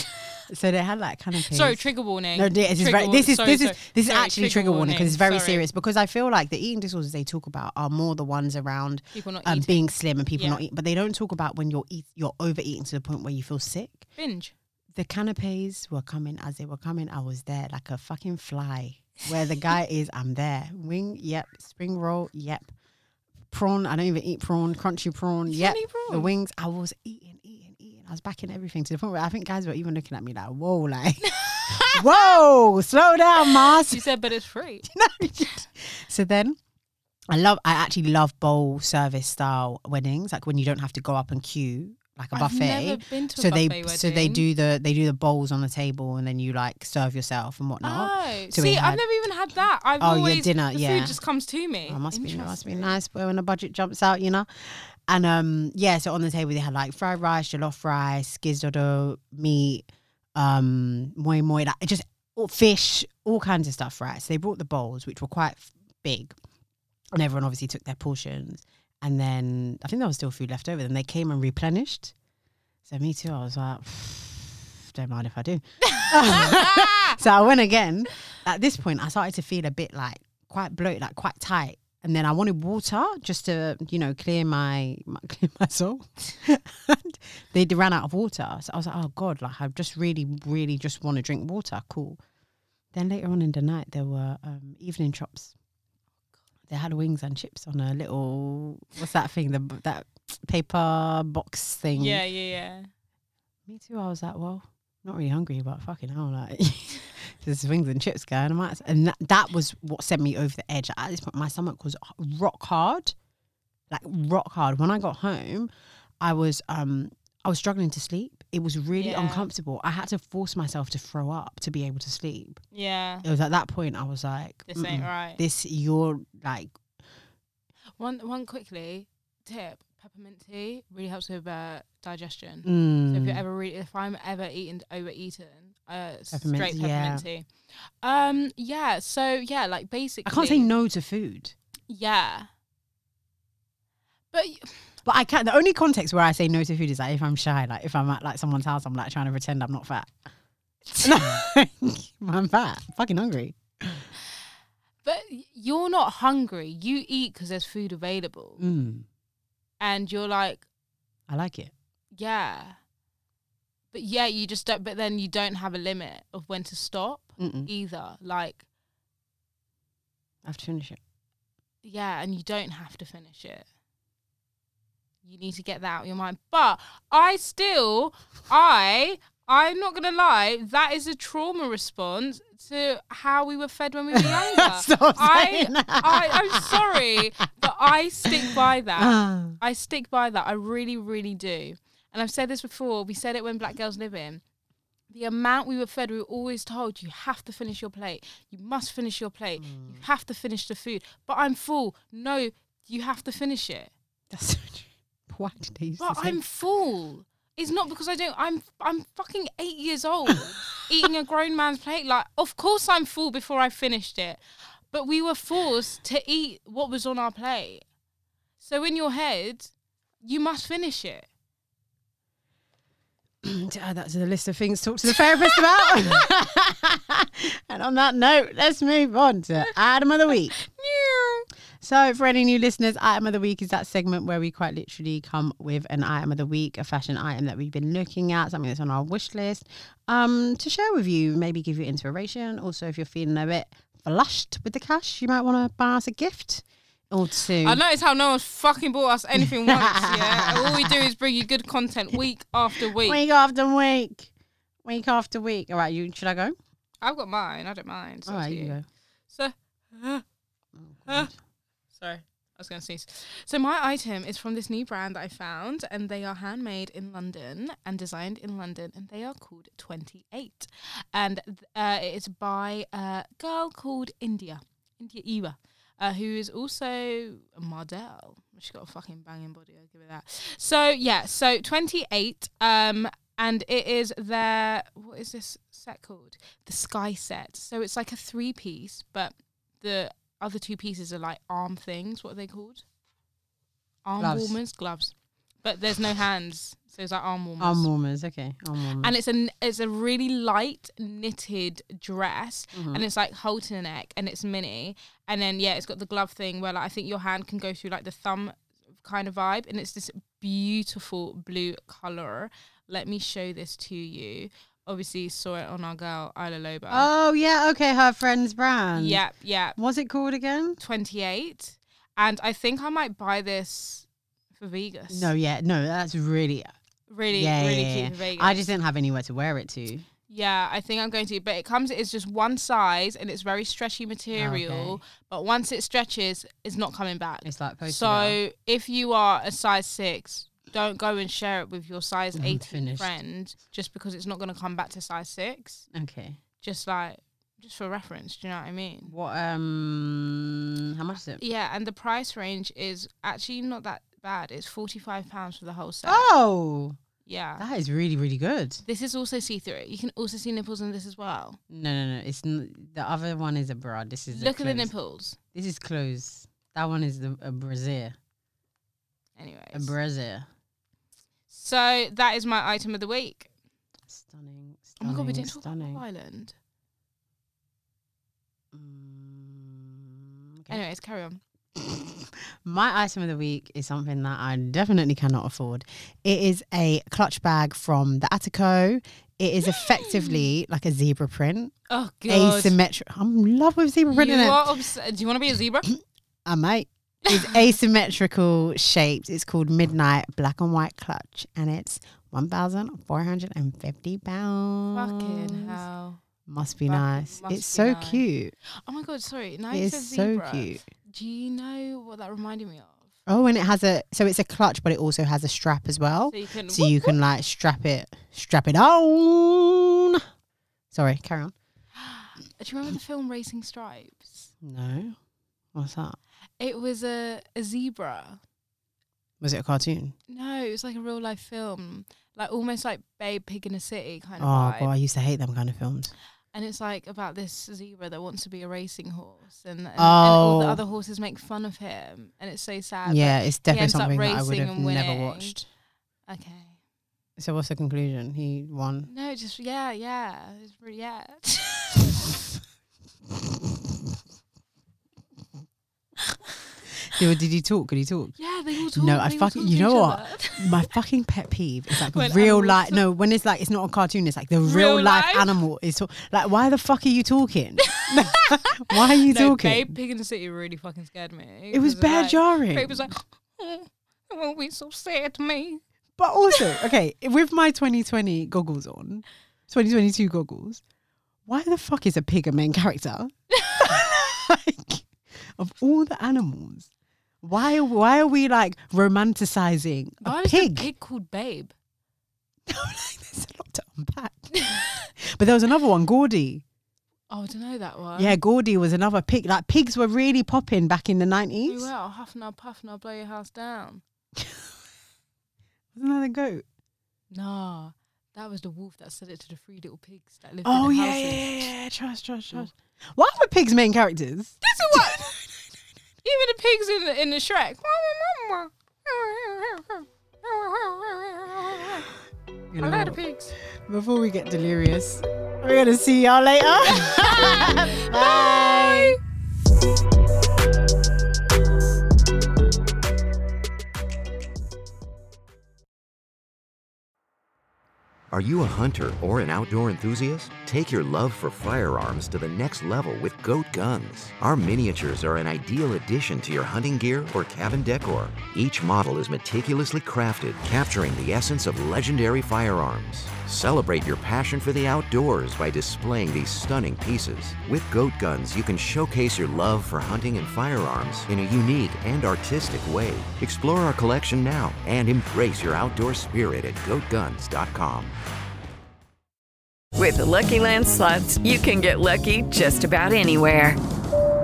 [SPEAKER 2] (laughs) so they had like canapes.
[SPEAKER 1] Sorry, trigger warning.
[SPEAKER 2] No, this is
[SPEAKER 1] Trigger
[SPEAKER 2] very,
[SPEAKER 1] warning.
[SPEAKER 2] this is
[SPEAKER 1] Sorry,
[SPEAKER 2] this is
[SPEAKER 1] sorry.
[SPEAKER 2] this is
[SPEAKER 1] Sorry,
[SPEAKER 2] actually trigger warning because it's very
[SPEAKER 1] Sorry.
[SPEAKER 2] serious. Because I feel like the eating disorders they talk about are more the ones around
[SPEAKER 1] People not
[SPEAKER 2] um,
[SPEAKER 1] eating.
[SPEAKER 2] being slim and people
[SPEAKER 1] Yeah.
[SPEAKER 2] not eating, but they don't talk about when you're eat, you're overeating to the point where you feel sick.
[SPEAKER 1] Binge.
[SPEAKER 2] The canapes were coming as they were coming. I was there like a fucking fly. Where the guy is, I'm there. Wing, yep. Spring roll, yep. Prawn, I don't even eat prawn. Crunchy prawn,
[SPEAKER 1] You
[SPEAKER 2] yep.
[SPEAKER 1] can't eat
[SPEAKER 2] The
[SPEAKER 1] prawn.
[SPEAKER 2] wings, I was eating, eating, eating. I was backing everything to the point where I think guys were even looking at me like, whoa, like, (laughs) whoa, slow down, Mars.
[SPEAKER 1] You said, but it's
[SPEAKER 2] (laughs)
[SPEAKER 1] free.
[SPEAKER 2] So then I love I actually love bowl service style weddings, like when you don't have to go up and queue like a
[SPEAKER 1] I've
[SPEAKER 2] buffet.
[SPEAKER 1] never been to a
[SPEAKER 2] so they
[SPEAKER 1] buffet
[SPEAKER 2] so they
[SPEAKER 1] wedding.
[SPEAKER 2] do the they do the bowls on the table and then you like serve yourself and whatnot.
[SPEAKER 1] Oh,
[SPEAKER 2] So we
[SPEAKER 1] see,
[SPEAKER 2] had-
[SPEAKER 1] I've never even had that. I've
[SPEAKER 2] Oh, your
[SPEAKER 1] always
[SPEAKER 2] dinner,
[SPEAKER 1] the
[SPEAKER 2] yeah.
[SPEAKER 1] food just comes to me.
[SPEAKER 2] Oh, must be must be
[SPEAKER 1] Interesting.
[SPEAKER 2] nice when the budget jumps out, you know. And um yeah, so on the table they had like fried rice, jollof rice, skizodo, meat, um moi moi, like just all fish, all kinds of stuff, right? So they brought the bowls, which were quite f- big, and everyone obviously took their portions. And then I think there was still food left over. Then they came and replenished. So me too. I was like, don't mind if I do. (laughs) so I went again. At this point, I started to feel a bit like quite bloated, like quite tight. And then I wanted water just to, you know, clear my, my (laughs) clear my soul. and they d- ran out of water, so I was like, oh god, like I just really, really just want to drink water. Cool. Then later on in the night, there were um, evening chops. They had wings and chips on a little what's that thing? The b- that paper box thing.
[SPEAKER 1] Yeah, yeah, yeah.
[SPEAKER 2] Me too. I was like, well, not really hungry, but fucking hell, like (laughs) there's wings and chips going. I might, as- and that, that was what sent me over the edge. At this point, my stomach was rock hard, like rock hard. When I got home, I was um I was struggling to sleep. It was really
[SPEAKER 1] Yeah.
[SPEAKER 2] uncomfortable. I had to force myself to throw up to be able to sleep.
[SPEAKER 1] Yeah.
[SPEAKER 2] It was at that point I was like,
[SPEAKER 1] This ain't
[SPEAKER 2] "Mm-mm.
[SPEAKER 1] right."
[SPEAKER 2] This you're like
[SPEAKER 1] One, one quickly tip: peppermint tea really helps with uh, digestion. So if
[SPEAKER 2] mm,
[SPEAKER 1] you're ever re- if I'm ever eaten overeaten, uh,
[SPEAKER 2] Peppermint,
[SPEAKER 1] straight
[SPEAKER 2] yeah.
[SPEAKER 1] peppermint tea. Um, yeah. So yeah, like basically,
[SPEAKER 2] I can't say no to food.
[SPEAKER 1] Yeah, but y-
[SPEAKER 2] But I can't. The only context where I say no to food is like if I'm shy, like if I'm at like someone's house, I'm like trying to pretend I'm not fat. (laughs) I'm fat. Fucking hungry.
[SPEAKER 1] but y- you're not hungry. You eat because there's food available,
[SPEAKER 2] Mm,
[SPEAKER 1] and you're like,
[SPEAKER 2] I like it.
[SPEAKER 1] yeah. But yeah, you just don't. But then you don't have a limit of when to stop
[SPEAKER 2] Mm-mm.
[SPEAKER 1] either. Like
[SPEAKER 2] I have to finish it.
[SPEAKER 1] Yeah, and you don't have to finish it. You need to get that out of your mind. But I still, I, I'm not gonna lie, that is a trauma response to how we were fed
[SPEAKER 2] (laughs)
[SPEAKER 1] when we were younger.
[SPEAKER 2] Stop
[SPEAKER 1] I,
[SPEAKER 2] saying that.
[SPEAKER 1] I, I'm sorry, but I stick by that.
[SPEAKER 2] Ah.
[SPEAKER 1] I stick by that. I really, really do. And I've said this before. We said it when Black Girls Living. The amount we were fed, we were always told, you have to finish your plate. You must finish your plate. You
[SPEAKER 2] Hmm.
[SPEAKER 1] have to finish the food. But I'm full. No, you have to finish it.
[SPEAKER 2] That's so true. Why did they use
[SPEAKER 1] But
[SPEAKER 2] the same-
[SPEAKER 1] I'm full. It's not because I don't. I'm I'm fucking eight years
[SPEAKER 2] (laughs)
[SPEAKER 1] old, eating a grown man's plate. Like, of course I'm full before I finished it. But we were forced to eat what was on our plate. So in your head, you must finish it.
[SPEAKER 2] (clears throat) to add that to the list of things to talk to the therapist about. (laughs) and on that note, let's move on to Adam of the Week. So, for any new listeners, Item of the Week is that segment where we quite literally come with an item of the week, a fashion item that we've been looking at, something that's on our wish list, um, to share with you, maybe give you inspiration. Also, if you're feeling a bit flushed with the cash, you might want to buy us a gift or two.
[SPEAKER 1] I noticed how no one's fucking bought us anything once. Yeah, all we do is bring you good content week after week.
[SPEAKER 2] Week after week, week after week. All right, you should I go?
[SPEAKER 1] I've got mine. I don't mind. So
[SPEAKER 2] All
[SPEAKER 1] it's
[SPEAKER 2] right,
[SPEAKER 1] you.
[SPEAKER 2] you go.
[SPEAKER 1] So, sorry. I was going to sneeze. So my item is from this new brand that I found, and they are handmade in London and designed in London, and they are called Twenty Eight, and th- uh, it is by a girl called India, India Iwa. Uh, who is also a model. She's got a fucking banging body, I'll give her that. So, yeah, so 28, um, and it is their, what is this set called? The Sky Set. So it's like a three piece, but the other two pieces are like arm things. What are they called? Arm
[SPEAKER 2] Gloves.
[SPEAKER 1] warmers, gloves. But there's no hands, so it's like arm warmers.
[SPEAKER 2] Arm warmers, okay. Arm warmers.
[SPEAKER 1] and uh, it's a it's a really light knitted dress,
[SPEAKER 2] Mm-hmm.
[SPEAKER 1] and it's like halter neck, and it's mini, and then yeah, it's got the glove thing where like I think your hand can go through like the thumb kind of vibe, and it's this beautiful blue color. Let me show this to you. Obviously, you saw it on our girl Isla Loba.
[SPEAKER 2] oh yeah, okay. Her friend's brand.
[SPEAKER 1] yep, yep.
[SPEAKER 2] What's it called again?
[SPEAKER 1] 28 and i think i might buy this for vegas
[SPEAKER 2] No, yeah, no. That's really,
[SPEAKER 1] really
[SPEAKER 2] yeah,
[SPEAKER 1] really
[SPEAKER 2] yeah,
[SPEAKER 1] cute
[SPEAKER 2] yeah.
[SPEAKER 1] for vegas
[SPEAKER 2] I just didn't have anywhere to wear it to.
[SPEAKER 1] yeah i think i'm going to but it comes it's just one size and it's very stretchy material
[SPEAKER 2] Oh, Okay.
[SPEAKER 1] but once it stretches it's not coming back
[SPEAKER 2] It's like poster.
[SPEAKER 1] so if you are a size six don't go and share it with your size
[SPEAKER 2] I'm
[SPEAKER 1] 18
[SPEAKER 2] finished.
[SPEAKER 1] friend just because it's not going to come back to size six
[SPEAKER 2] okay.
[SPEAKER 1] just like just for reference do you know what i mean
[SPEAKER 2] What? Um, how much is it?
[SPEAKER 1] yeah and the price range is actually not that bad it's 45 pounds for the whole set
[SPEAKER 2] Oh,
[SPEAKER 1] Yeah.
[SPEAKER 2] that is really, really good.
[SPEAKER 1] this is also see through. You can also see nipples in this as well.
[SPEAKER 2] No, no, no. It's n- the other one is a bra. This is a
[SPEAKER 1] Look at the
[SPEAKER 2] clothes.
[SPEAKER 1] nipples.
[SPEAKER 2] This is clothes. That one is the a brassiere. A
[SPEAKER 1] Anyways.
[SPEAKER 2] brassiere.
[SPEAKER 1] So that is my item of the week.
[SPEAKER 2] Stunning, stunning.
[SPEAKER 1] Oh my god, we didn't talk
[SPEAKER 2] stunning.
[SPEAKER 1] about Love Island.
[SPEAKER 2] Mm, okay.
[SPEAKER 1] Anyways, carry on.
[SPEAKER 2] (laughs) My item of the week is something that I definitely cannot afford. It is a clutch bag from the Attico. It is effectively like a zebra print,
[SPEAKER 1] Oh god.
[SPEAKER 2] asymmetric. I'm in love with zebra print.
[SPEAKER 1] you
[SPEAKER 2] innit?
[SPEAKER 1] are obs- Do you want to be a zebra?
[SPEAKER 2] Mm. I might. It's asymmetrical shapes. It's called Midnight Black and White Clutch, and it's one thousand four hundred and fifty pounds.
[SPEAKER 1] Fucking hell.
[SPEAKER 2] Must be
[SPEAKER 1] Fucking
[SPEAKER 2] nice.
[SPEAKER 1] must
[SPEAKER 2] it's
[SPEAKER 1] be
[SPEAKER 2] so
[SPEAKER 1] nice.
[SPEAKER 2] cute.
[SPEAKER 1] Oh my god, sorry. Now
[SPEAKER 2] It
[SPEAKER 1] you said
[SPEAKER 2] is so
[SPEAKER 1] zebra.
[SPEAKER 2] cute.
[SPEAKER 1] Do you know what that reminded me of?
[SPEAKER 2] Oh, and it has a so it's a clutch, but it also has a strap as well.
[SPEAKER 1] So you can
[SPEAKER 2] so you can like strap it strap it on sorry carry on
[SPEAKER 1] Do you remember the film Racing Stripes?
[SPEAKER 2] no what's that
[SPEAKER 1] It was a, a zebra.
[SPEAKER 2] was it a cartoon
[SPEAKER 1] No, it was like a real life film. Like almost like Babe Pig in a City kind of
[SPEAKER 2] oh
[SPEAKER 1] vibe.
[SPEAKER 2] boy i used to hate them kind of films
[SPEAKER 1] and it's like about this zebra that wants to be a racing horse, and, and, and all the
[SPEAKER 2] Oh.
[SPEAKER 1] other horses make fun of him, and it's so sad. but-
[SPEAKER 2] yeah it's definitely
[SPEAKER 1] ends up
[SPEAKER 2] something that i would
[SPEAKER 1] racing
[SPEAKER 2] have
[SPEAKER 1] and
[SPEAKER 2] never
[SPEAKER 1] winning.
[SPEAKER 2] watched
[SPEAKER 1] okay.
[SPEAKER 2] so what's the conclusion he
[SPEAKER 1] (laughs)
[SPEAKER 2] won
[SPEAKER 1] No, just yeah, yeah, it's re- yeah. (laughs)
[SPEAKER 2] did, did he talk could he talk
[SPEAKER 1] yeah, they all talk.
[SPEAKER 2] No, I
[SPEAKER 1] they all
[SPEAKER 2] fucking-
[SPEAKER 1] talk
[SPEAKER 2] you
[SPEAKER 1] to
[SPEAKER 2] know
[SPEAKER 1] each
[SPEAKER 2] what? (laughs)
[SPEAKER 1] other.
[SPEAKER 2] my fucking pet peeve
[SPEAKER 1] (laughs)
[SPEAKER 2] is like
[SPEAKER 1] When
[SPEAKER 2] real
[SPEAKER 1] animals
[SPEAKER 2] life
[SPEAKER 1] talk.
[SPEAKER 2] no when it's like it's not a cartoon it's like the
[SPEAKER 1] Real
[SPEAKER 2] real, life,
[SPEAKER 1] life?
[SPEAKER 2] animal is talk- like why the fuck are
[SPEAKER 1] (laughs)
[SPEAKER 2] you talking (laughs) why are you
[SPEAKER 1] no,
[SPEAKER 2] talking
[SPEAKER 1] Babe Pig in the City really fucking scared me.
[SPEAKER 2] it was
[SPEAKER 1] 'cause,
[SPEAKER 2] bad
[SPEAKER 1] like,
[SPEAKER 2] jarring
[SPEAKER 1] Babe was like, (laughs) oh, it won't be so sad to me.
[SPEAKER 2] But also, okay, with my 2020 goggles on, 2022 goggles, why the fuck is a pig a main character? (laughs) like, of all the animals, why why are we like romanticizing a
[SPEAKER 1] Why was the
[SPEAKER 2] pig?
[SPEAKER 1] pig called Babe?
[SPEAKER 2] Like, (laughs) There's a lot to unpack. (laughs) but there was another one, Gordy.
[SPEAKER 1] Oh, I don't know that one.
[SPEAKER 2] Yeah, Gordy was another pig. Like pigs were really popping back in the
[SPEAKER 1] We
[SPEAKER 2] nineties.
[SPEAKER 1] were. I'll huff and I'll puff and I'll blow your house down.
[SPEAKER 2] Wasn't that the goat?
[SPEAKER 1] Nah, that was the wolf that said it to the three little pigs that lived
[SPEAKER 2] Oh
[SPEAKER 1] in the
[SPEAKER 2] yeah, yeah,
[SPEAKER 1] houses.
[SPEAKER 2] yeah, yeah. Trust, trust, trust. Why were pigs main characters?
[SPEAKER 1] This is what (laughs) even the pigs in the in the Shrek. (laughs)
[SPEAKER 2] You
[SPEAKER 1] I
[SPEAKER 2] know
[SPEAKER 1] like the
[SPEAKER 2] what? (laughs)
[SPEAKER 1] pigs. (laughs)
[SPEAKER 2] Before we get delirious, we're gonna see y'all later. (laughs)
[SPEAKER 1] Bye.
[SPEAKER 3] Are you a hunter or an outdoor enthusiast? Take your love for firearms to the next level with Goat Guns. Our miniatures are an ideal addition to your hunting gear or cabin decor. Each model is meticulously crafted, capturing the essence of legendary firearms. Celebrate your passion for the outdoors by displaying these stunning pieces. With Goat Guns, you can showcase your love for hunting and firearms in a unique and artistic way. Explore our collection now and embrace your outdoor spirit at goatguns.com.
[SPEAKER 4] With the Lucky Land slots, you can get lucky just about anywhere.